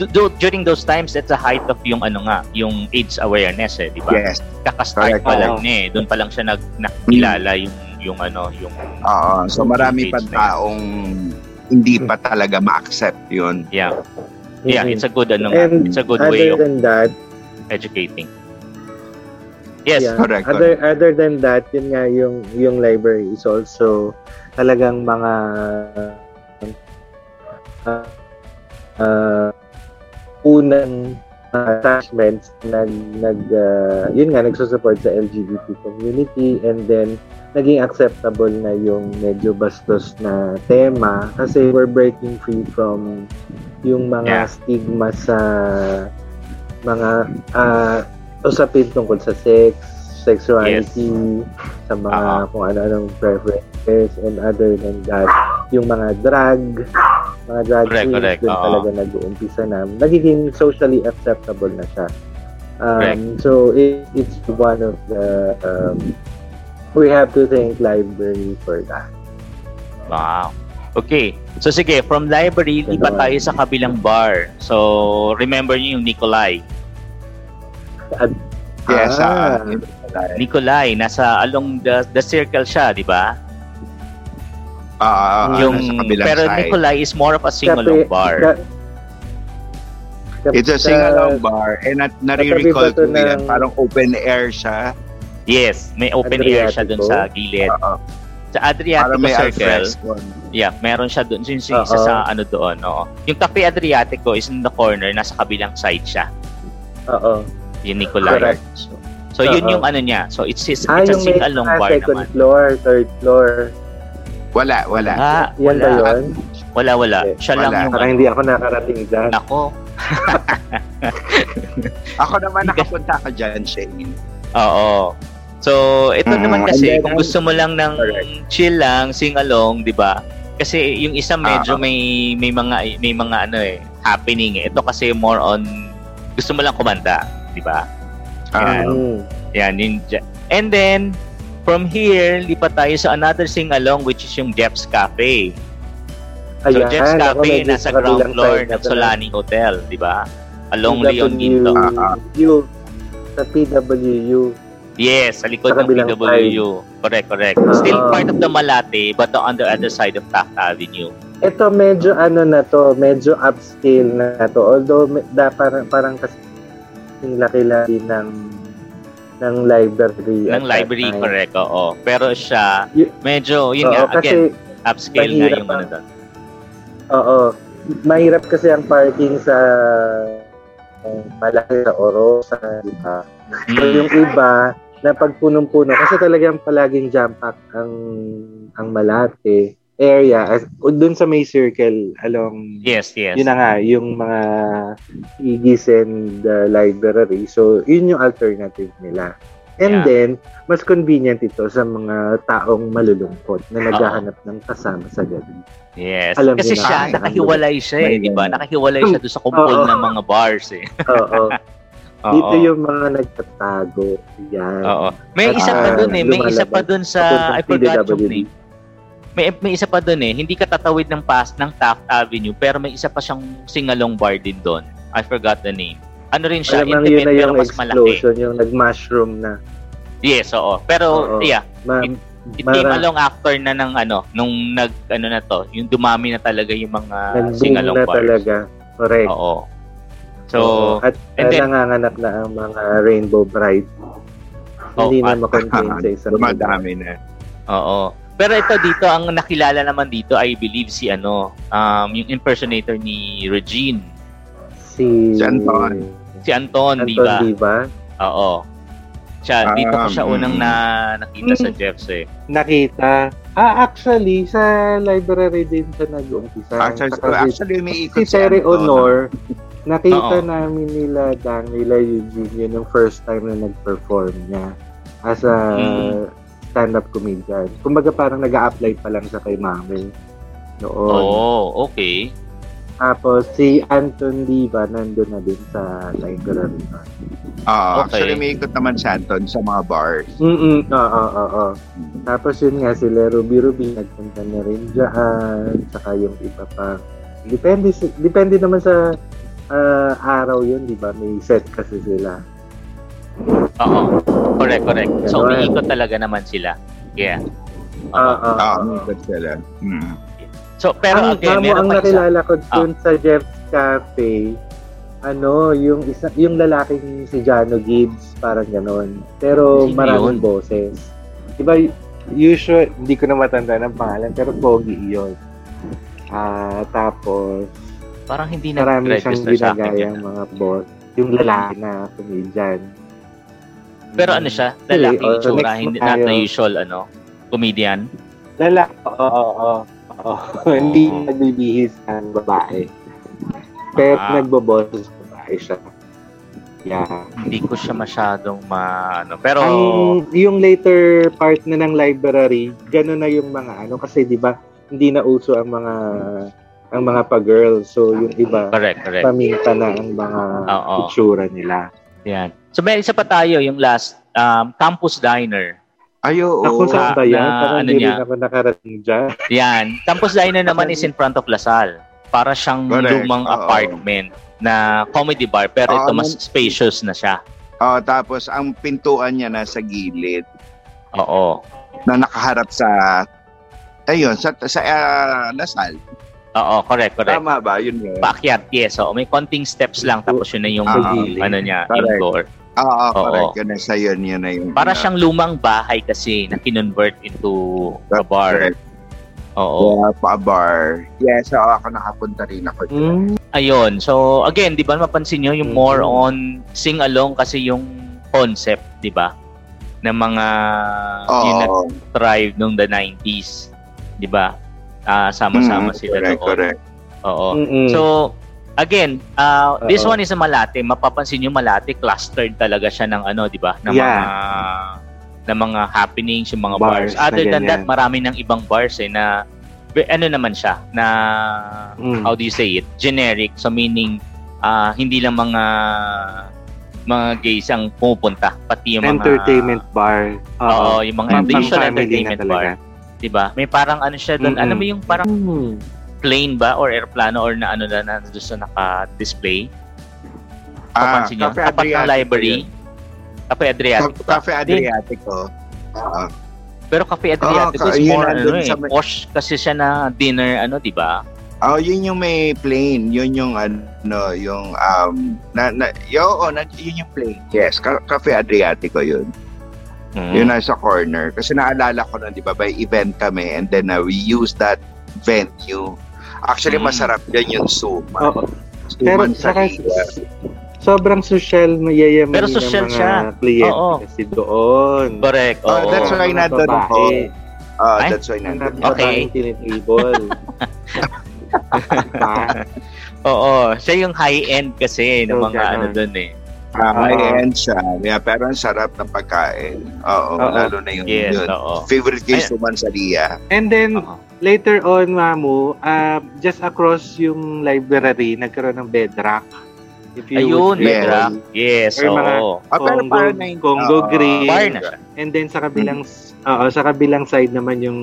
[SPEAKER 1] du- du- during those times, that's the height of yung ano nga, yung AIDS awareness eh, di ba?
[SPEAKER 2] Yes.
[SPEAKER 1] Kakastart
[SPEAKER 2] correct.
[SPEAKER 1] pa lang
[SPEAKER 3] Oo.
[SPEAKER 1] niya eh. Doon pa lang siya nag nakilala yung yung ano, yung
[SPEAKER 2] Oo. So marami
[SPEAKER 1] Page
[SPEAKER 2] pa
[SPEAKER 1] na yun.
[SPEAKER 2] taong hindi pa talaga ma-accept yun.
[SPEAKER 1] yeah.
[SPEAKER 2] Mm-hmm.
[SPEAKER 1] Yeah, it's a good ano nga,
[SPEAKER 3] And
[SPEAKER 1] it's a good
[SPEAKER 3] other
[SPEAKER 1] way of
[SPEAKER 3] than that,
[SPEAKER 1] educating. Yes.
[SPEAKER 3] yeah,
[SPEAKER 2] correct,
[SPEAKER 3] Other, other than that, yun nga, yung, yung library is also talagang mga uh, uh, unang mga attachments na nag uh, yun nga nagsusupport sa LGBT community and then naging acceptable na yung medyo bastos na tema kasi we're breaking free from yung mga
[SPEAKER 1] Yeah.
[SPEAKER 3] stigma sa mga ah, usapin tungkol sa sex, sexuality, sa mga
[SPEAKER 1] Ah.
[SPEAKER 3] kung ano-anong preferences and other than that, yung mga drag, mga drag
[SPEAKER 1] Correct,
[SPEAKER 3] queens,
[SPEAKER 1] correct,
[SPEAKER 3] dun
[SPEAKER 1] oo.
[SPEAKER 3] talaga nag-uumpisa na, nagiging socially acceptable na siya. Um,
[SPEAKER 1] Correct.
[SPEAKER 3] so, it, it's one of the, um, we have to thank library for that.
[SPEAKER 1] Wow. Okay. So sige, from library,
[SPEAKER 3] Ganun.
[SPEAKER 1] iba tayo sa kabilang bar. So, remember niyo yung Nikolai.
[SPEAKER 2] Yes, ah,
[SPEAKER 3] Ah.
[SPEAKER 2] yun pala.
[SPEAKER 1] Nikolai, nasa along the, the circle siya, di ba?
[SPEAKER 2] Ah, ah, ah,
[SPEAKER 1] yung,
[SPEAKER 2] nasa kabilang
[SPEAKER 1] pero
[SPEAKER 2] side.
[SPEAKER 1] Nikolai is more of a single bar.
[SPEAKER 3] Ka- ka-
[SPEAKER 2] It's
[SPEAKER 1] uh,
[SPEAKER 2] a
[SPEAKER 3] ka-
[SPEAKER 2] sing-along bar and at nare-recall
[SPEAKER 3] Katabi ba
[SPEAKER 2] ko
[SPEAKER 3] to
[SPEAKER 2] yan.
[SPEAKER 3] ng-
[SPEAKER 2] Parang open air siya.
[SPEAKER 1] Yes, may open air siya dun sa gilid.
[SPEAKER 2] Oo.
[SPEAKER 1] Sa
[SPEAKER 2] Parang
[SPEAKER 1] Adriatico
[SPEAKER 2] may
[SPEAKER 1] Circle.
[SPEAKER 2] alfresco.
[SPEAKER 1] Yeah, meron siya doon. Yung isa
[SPEAKER 3] Oo.
[SPEAKER 1] sa ano doon, oo. Yung Cafe Adriatico is in the corner, nasa kabilang side siya,
[SPEAKER 3] Oo.
[SPEAKER 1] yung Nicolai.
[SPEAKER 2] Correct.
[SPEAKER 1] So, so yun
[SPEAKER 3] Oo.
[SPEAKER 1] yung ano niya. So it's, it's,
[SPEAKER 3] Ah,
[SPEAKER 1] it's a
[SPEAKER 3] yung may
[SPEAKER 1] sing-along
[SPEAKER 3] ah,
[SPEAKER 1] bar
[SPEAKER 3] second
[SPEAKER 1] naman.
[SPEAKER 3] floor, third floor.
[SPEAKER 2] Wala, wala.
[SPEAKER 1] Ah,
[SPEAKER 3] Yan ba
[SPEAKER 1] wala.
[SPEAKER 3] yun?
[SPEAKER 1] Wala, wala.
[SPEAKER 3] Eh,
[SPEAKER 1] Siya lang
[SPEAKER 2] wala.
[SPEAKER 1] yung
[SPEAKER 3] Parang hindi ako nakarating dyan.
[SPEAKER 1] Nako.
[SPEAKER 2] Ako naman nakapunta ka dyan, Shane.
[SPEAKER 1] Oo. So, ito
[SPEAKER 2] Mm,
[SPEAKER 1] naman
[SPEAKER 2] and
[SPEAKER 1] kasi,
[SPEAKER 3] then,
[SPEAKER 1] kung gusto mo lang ng chill lang, sing-along, di ba? Kasi yung isa medyo may may mga may mga ano eh happening eh. Ito kasi more on gusto mo lang kumanta, di ba?
[SPEAKER 2] Ah,
[SPEAKER 3] Mm.
[SPEAKER 1] Yan, yun. dya- And then, from here, lipat tayo sa another sing-along which is yung Jeff's Cafe. So,
[SPEAKER 3] Ayan,
[SPEAKER 1] Jeff's
[SPEAKER 3] ako
[SPEAKER 1] Cafe,
[SPEAKER 3] medyo
[SPEAKER 1] nasa
[SPEAKER 3] sa
[SPEAKER 1] ground
[SPEAKER 3] kabilang
[SPEAKER 1] floor
[SPEAKER 3] side na
[SPEAKER 1] ng
[SPEAKER 3] pala.
[SPEAKER 1] Solani Hotel, di ba? Along Leon
[SPEAKER 3] PWU,
[SPEAKER 1] Ginto.
[SPEAKER 3] Sa PWU.
[SPEAKER 1] Yes, sa likod
[SPEAKER 3] Sa
[SPEAKER 1] ng
[SPEAKER 3] kabilang
[SPEAKER 1] PWU. Correct, correct. Still
[SPEAKER 3] Ah.
[SPEAKER 1] part of the Malate, but on the other side of Taft Avenue.
[SPEAKER 3] Ito medyo ano na to, medyo upscale na to. Although me- da, parang, parang kasi laki-laki ng ng library. at
[SPEAKER 1] Ng
[SPEAKER 3] that
[SPEAKER 1] library,
[SPEAKER 3] time.
[SPEAKER 1] correct, oo. Pero siya,
[SPEAKER 3] Y-
[SPEAKER 1] medyo, yun
[SPEAKER 3] Oo,
[SPEAKER 1] nga,
[SPEAKER 3] kasi,
[SPEAKER 1] again, upscale nga yung
[SPEAKER 3] mahirap ah. ang-
[SPEAKER 1] ano doon.
[SPEAKER 3] oo, mahirap kasi ang parking sa eh, malaki sa Orosa, di ba? So,
[SPEAKER 1] Mm,
[SPEAKER 3] yung iba, na pagpunong-puno, kasi talagang palaging jam pack ang, ang Malate area. As, o dun sa may circle along,
[SPEAKER 1] Yes, yes.
[SPEAKER 3] yun na nga, yung mga igis and uh, library. So, yun yung alternative nila.
[SPEAKER 1] Yeah.
[SPEAKER 3] And then, mas convenient ito sa mga taong malulungkot na naghahanap ng kasama sa gabi.
[SPEAKER 1] yes.
[SPEAKER 3] Alam
[SPEAKER 1] Kasi
[SPEAKER 3] niyo na,
[SPEAKER 1] siya,
[SPEAKER 2] ay,
[SPEAKER 1] nakahiwalay siya eh,
[SPEAKER 3] May
[SPEAKER 1] di ba?
[SPEAKER 3] ganun.
[SPEAKER 1] Nakahiwalay siya doon sa kumpol
[SPEAKER 3] Oo.
[SPEAKER 1] ng mga bars eh.
[SPEAKER 3] Oo.
[SPEAKER 1] Oo.
[SPEAKER 3] Dito yung mga nagtatago. Yan.
[SPEAKER 1] Oo. May
[SPEAKER 3] At,
[SPEAKER 1] isa pa
[SPEAKER 3] ah,
[SPEAKER 1] doon eh. May isa pa
[SPEAKER 3] lumalaban.
[SPEAKER 1] doon sa, I
[SPEAKER 3] Papuntang
[SPEAKER 1] forgot yung
[SPEAKER 3] PWD.
[SPEAKER 1] name. May, may isa pa doon eh. Hindi ka tatawid ng past ng Taft Avenue, pero may isa pa siyang singalong bar din doon. I forgot the name. Ano rin siya,
[SPEAKER 3] Alam mo,
[SPEAKER 1] intimate
[SPEAKER 3] yun na
[SPEAKER 1] pero
[SPEAKER 3] yung
[SPEAKER 1] mas malaki.
[SPEAKER 3] explosion, yung nag-mushroom na.
[SPEAKER 1] Yes, oo. Pero
[SPEAKER 3] Oo.
[SPEAKER 1] yeah,
[SPEAKER 3] Ma-
[SPEAKER 1] it
[SPEAKER 3] Mara-
[SPEAKER 1] came along after na ng ano, nung nag ano na to, yung dumami na talaga yung mga
[SPEAKER 3] Nag-boom
[SPEAKER 1] singalong
[SPEAKER 3] na
[SPEAKER 1] bars.
[SPEAKER 3] talaga. Correct.
[SPEAKER 1] Oo. So,
[SPEAKER 3] Oo. at
[SPEAKER 1] and
[SPEAKER 3] uh,
[SPEAKER 1] then-
[SPEAKER 3] nanganganak na ang mga rainbow bride.
[SPEAKER 1] Oo,
[SPEAKER 3] Hindi na
[SPEAKER 1] at-
[SPEAKER 3] makontain sa isang
[SPEAKER 2] Dumadami na.
[SPEAKER 1] Oo. Pero ito dito, ang nakilala naman dito, I believe si ano, um, yung impersonator ni Regine,
[SPEAKER 3] Si...
[SPEAKER 2] Si Anton.
[SPEAKER 1] si Anton, di
[SPEAKER 3] Anton
[SPEAKER 1] ba?
[SPEAKER 3] Ah, Diva.
[SPEAKER 1] Oo. Siya, dito ko siya
[SPEAKER 2] Um,
[SPEAKER 1] unang na nakita sa
[SPEAKER 3] Mm.
[SPEAKER 1] Jeffs eh.
[SPEAKER 3] Nakita. Ah, actually, sa library din siya nag-umpisa.
[SPEAKER 2] Actually,
[SPEAKER 3] Saka si-
[SPEAKER 2] Ah, actually umiikot
[SPEAKER 3] Ah, si Terry
[SPEAKER 2] Anton.
[SPEAKER 3] Honor, nakita
[SPEAKER 1] Oo.
[SPEAKER 3] namin nila Dan, nila Eugene, yun yung first time na nag-perform niya as a Mm-hmm.
[SPEAKER 1] Mm.
[SPEAKER 3] stand-up comedian. Kumbaga parang nag apply pa lang siya kay Mami noon.
[SPEAKER 1] Oo, okay.
[SPEAKER 3] Tapos si Anton Diva nandun na din sa library. nun.
[SPEAKER 2] Ah,
[SPEAKER 1] Okay.
[SPEAKER 2] Actually umiikot naman si Anton sa mga bars.
[SPEAKER 3] Mm-mm, oo, oo, oo. Tapos yun nga, sila Ruby Ruby, nagpunta na rin dyan, saka yung iba pa. Depende, si- depende naman sa ah, araw yun, di ba? May set kasi sila.
[SPEAKER 1] Oo. Correct, correct. So,
[SPEAKER 3] Ganun.
[SPEAKER 1] umiikot talaga naman sila. Yeah. Oo.
[SPEAKER 3] Ah, ah,
[SPEAKER 2] Ah,
[SPEAKER 3] ah.
[SPEAKER 2] umiikot sila. Mm.
[SPEAKER 1] So, pero
[SPEAKER 3] ang,
[SPEAKER 1] again,
[SPEAKER 3] tama,
[SPEAKER 1] meron
[SPEAKER 3] Ah, ang
[SPEAKER 1] pa isa. Ah.
[SPEAKER 3] nakilala ko dun sa Jeff's Cafe, ano, yung isa, yung lalaking si Jano Gibbs, parang ganon. Pero
[SPEAKER 1] Sino
[SPEAKER 3] maraming
[SPEAKER 1] yun?
[SPEAKER 3] boses. Diba, usual, hindi ko na matanda ng pangalan, pero Pogi yun. Ah, tapos,
[SPEAKER 1] Parang hindi
[SPEAKER 3] marami siyang
[SPEAKER 1] nag-register sa akin.
[SPEAKER 3] ginagayang
[SPEAKER 1] yun.
[SPEAKER 3] mga boss. Yung lalaki na comedian.
[SPEAKER 1] Pero ano siya,
[SPEAKER 3] Sige,
[SPEAKER 1] lalaking
[SPEAKER 3] oh,
[SPEAKER 1] itsura,
[SPEAKER 3] next
[SPEAKER 1] hindi
[SPEAKER 3] na
[SPEAKER 1] not
[SPEAKER 3] tayo.
[SPEAKER 1] the usual, ano, comedian.
[SPEAKER 3] Lalaki, oo, oo, oo. oo. Hindi nagbibihis ng babae. Pero
[SPEAKER 1] Ah.
[SPEAKER 3] nagboboses babae siya.
[SPEAKER 4] Yeah.
[SPEAKER 1] Hindi ko siya masyadong ma... Ano. Pero,
[SPEAKER 4] Ang yung later part na ng library, gano'n na yung mga ano kasi 'di ba? Hindi na uso ang mga ang mga pa-girls. So yung iba
[SPEAKER 1] correct, correct.
[SPEAKER 4] paminta na ang mga
[SPEAKER 1] Oo.
[SPEAKER 4] itsura nila.
[SPEAKER 1] Yan. So may isa pa tayo, yung last, um, Campus Diner.
[SPEAKER 2] Ayo,
[SPEAKER 4] Ako
[SPEAKER 1] sa-
[SPEAKER 4] saan ba yan?
[SPEAKER 1] na-
[SPEAKER 4] Parang
[SPEAKER 1] ano
[SPEAKER 4] hindi
[SPEAKER 1] niya?
[SPEAKER 4] rin ako nakarating dyan.
[SPEAKER 1] Yan. Campus Diner naman is in front of Lasal. Para siyang
[SPEAKER 2] Correct.
[SPEAKER 1] lumang
[SPEAKER 2] Oo. Um,
[SPEAKER 1] apartment na comedy bar pero
[SPEAKER 2] Oo,
[SPEAKER 1] ito mas
[SPEAKER 2] man-
[SPEAKER 1] spacious na siya.
[SPEAKER 2] Oh, tapos ang pintuan niya nasa gilid
[SPEAKER 1] Oo.
[SPEAKER 2] na nakaharap sa ayun sa sa ah, Lasal.
[SPEAKER 1] Oo, correct, correct.
[SPEAKER 2] Tama ba? Yun yun.
[SPEAKER 1] Backyard, yes. Oo, may konting steps lang tapos yun na yung
[SPEAKER 2] Ah,
[SPEAKER 1] ano niya,
[SPEAKER 2] Correct.
[SPEAKER 1] indoor.
[SPEAKER 2] Oo,
[SPEAKER 1] Oo.
[SPEAKER 2] correct. Yun na sa yun, yun na yun.
[SPEAKER 1] Para siyang lumang bahay kasi na kinonvert into a bar. Oo.
[SPEAKER 2] Yeah, pa bar. Yes, oo, ako nakapunta rin ako.
[SPEAKER 3] Mm.
[SPEAKER 2] dyan.
[SPEAKER 1] Hmm? Ayun. So, again, di ba mapansin nyo
[SPEAKER 2] Mm-hmm.
[SPEAKER 1] yung more
[SPEAKER 4] Mhm.
[SPEAKER 1] on sing-along kasi yung concept, di ba? ng mga
[SPEAKER 2] Oo.
[SPEAKER 1] yun nag-thrive nung the 90s. Di ba? Ah, sama-sama
[SPEAKER 2] Mm,
[SPEAKER 1] sila
[SPEAKER 2] correct,
[SPEAKER 1] doon.
[SPEAKER 2] correct.
[SPEAKER 1] Oo.
[SPEAKER 4] Mm-mm.
[SPEAKER 3] Mm.
[SPEAKER 1] So, again, ah, this
[SPEAKER 4] Oo.
[SPEAKER 1] one is a Malate. Mapapansin nyo, Malate clustered talaga siya ng ano, di ba? Ng
[SPEAKER 4] Yeah.
[SPEAKER 1] mga ng mga happenings, yung mga bars.
[SPEAKER 4] Bars na
[SPEAKER 1] Other than that,
[SPEAKER 4] ganyan.
[SPEAKER 1] marami ng ibang bars eh na ano naman siya na
[SPEAKER 4] Mm.
[SPEAKER 1] how do you say it? Generic. So meaning ah, hindi lang mga mga gays ang pumupunta, pati yung mga
[SPEAKER 3] entertainment bar.
[SPEAKER 1] Oo, yung mga
[SPEAKER 3] Pang-
[SPEAKER 1] usual
[SPEAKER 3] pang-family
[SPEAKER 1] entertainment
[SPEAKER 3] na talaga.
[SPEAKER 1] bar. 'Di ba? May parang ano siya doon,
[SPEAKER 3] Mm-mm.
[SPEAKER 1] alam mo yung parang plane ba or airplano or na ano na, na doon sa naka-display.
[SPEAKER 2] Ah,
[SPEAKER 1] Papansin niyo,
[SPEAKER 2] Cafe
[SPEAKER 1] tapat ng
[SPEAKER 2] Adriatic
[SPEAKER 1] library. Cafe Adriatic.
[SPEAKER 2] Ca- Cafe Adriatic, oh. Oo.
[SPEAKER 1] Pero Cafe Adriatic
[SPEAKER 2] Ah, ka-
[SPEAKER 1] is
[SPEAKER 2] yun
[SPEAKER 1] more ano
[SPEAKER 2] nandun
[SPEAKER 1] eh,
[SPEAKER 2] sa may-
[SPEAKER 1] posh kasi siya na dinner ano, 'di ba?
[SPEAKER 2] Oh, yun yung may plane. Yun yung ano, yung um na, na yo, oh, na, yun yung plane. Yes, Ca- Cafe Adriatico yun.
[SPEAKER 1] Mm.
[SPEAKER 2] Yun nasa corner kasi naalala ko na 'di ba, may event kami and then uh, we used that venue. Actually,
[SPEAKER 1] Mm.
[SPEAKER 2] masarap yan yung
[SPEAKER 3] Oh,
[SPEAKER 2] Suma.
[SPEAKER 4] Oo. Pero
[SPEAKER 2] Suman sa
[SPEAKER 4] saka, sobrang social mayayaman
[SPEAKER 1] Pero
[SPEAKER 4] ng
[SPEAKER 1] social
[SPEAKER 4] mga
[SPEAKER 1] siya.
[SPEAKER 4] kliyente
[SPEAKER 1] Oo.
[SPEAKER 4] kasi doon.
[SPEAKER 1] Correct.
[SPEAKER 2] Oh,
[SPEAKER 1] oo.
[SPEAKER 2] that's why
[SPEAKER 4] Mga
[SPEAKER 2] nandun ako.
[SPEAKER 4] babae.
[SPEAKER 2] Ah,
[SPEAKER 1] Ay?
[SPEAKER 2] that's why nandun.
[SPEAKER 4] Ang
[SPEAKER 1] Okay.
[SPEAKER 4] babaeng tinitable. Diba?
[SPEAKER 1] Oo, siya yung high-end kasi ng
[SPEAKER 3] So,
[SPEAKER 1] mga
[SPEAKER 3] ganun.
[SPEAKER 1] ano doon eh.
[SPEAKER 2] Ah, high-end siya. Yeah, pero ang sarap ng pagkain. Oo,
[SPEAKER 4] Oo.
[SPEAKER 2] lalo na yung
[SPEAKER 1] Yes,
[SPEAKER 2] Mm, yun.
[SPEAKER 1] oo.
[SPEAKER 2] Favorite ko yung
[SPEAKER 1] Ay-
[SPEAKER 2] Suman Saria.
[SPEAKER 3] And then,
[SPEAKER 1] Oo.
[SPEAKER 3] later on, Mamu, uh, just across yung library, nagkaroon ng bedrock. If
[SPEAKER 1] Ayun,
[SPEAKER 3] would
[SPEAKER 2] yes.
[SPEAKER 1] yeah.
[SPEAKER 3] recall.
[SPEAKER 1] Yes,
[SPEAKER 3] Or mga-
[SPEAKER 1] oo.
[SPEAKER 2] Ah, pero
[SPEAKER 3] Congo,
[SPEAKER 2] parang nine-
[SPEAKER 3] Congo
[SPEAKER 2] Oo.
[SPEAKER 3] Green.
[SPEAKER 1] Bar na siya.
[SPEAKER 3] And then, sa kabilang, oo, sa kabilang side naman yung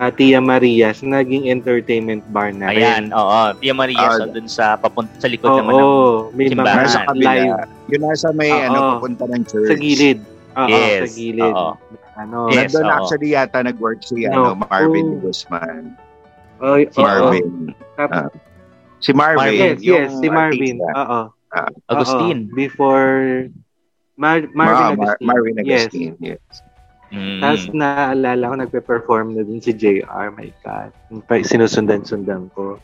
[SPEAKER 3] ah, Tia Maria's, naging entertainment bar na
[SPEAKER 1] Ayan,
[SPEAKER 3] rin.
[SPEAKER 1] oo. Tia Maria so
[SPEAKER 2] Ah,
[SPEAKER 1] dun sa papunta sa likod
[SPEAKER 3] Oo,
[SPEAKER 1] naman ng
[SPEAKER 3] may mga
[SPEAKER 1] simbahan.
[SPEAKER 2] Nasa kabila.
[SPEAKER 3] live
[SPEAKER 2] Yung nasa may
[SPEAKER 3] Oo.
[SPEAKER 2] ano, papunta ng church.
[SPEAKER 3] sa gilid. Oo,
[SPEAKER 1] Yes.
[SPEAKER 3] sa gilid.
[SPEAKER 1] Oo.
[SPEAKER 3] Ano,
[SPEAKER 1] Yes.
[SPEAKER 2] Nandun
[SPEAKER 1] oo.
[SPEAKER 2] actually yata nag-work si ano,
[SPEAKER 3] No.
[SPEAKER 2] Marvin
[SPEAKER 3] Oh.
[SPEAKER 2] Guzman.
[SPEAKER 4] Oy,
[SPEAKER 2] Si
[SPEAKER 3] Oo.
[SPEAKER 2] Marvin.
[SPEAKER 3] oh, Tap- ah,
[SPEAKER 2] Ah, Si Marvin.
[SPEAKER 3] Yes,
[SPEAKER 2] yung
[SPEAKER 3] yes, si Marvin.
[SPEAKER 2] artista. Ah,
[SPEAKER 3] Oo.
[SPEAKER 1] Agustin.
[SPEAKER 3] Oo, before Mar-
[SPEAKER 2] Ma-
[SPEAKER 3] Marvin
[SPEAKER 2] Mar-
[SPEAKER 3] Agustin.
[SPEAKER 2] Marvin
[SPEAKER 3] Yes.
[SPEAKER 2] Agustin. Yes.
[SPEAKER 1] Mm.
[SPEAKER 3] Tapos naalala ko, nagpe-perform na din si JR. My God. Pa- Sinusundan-sundan ko.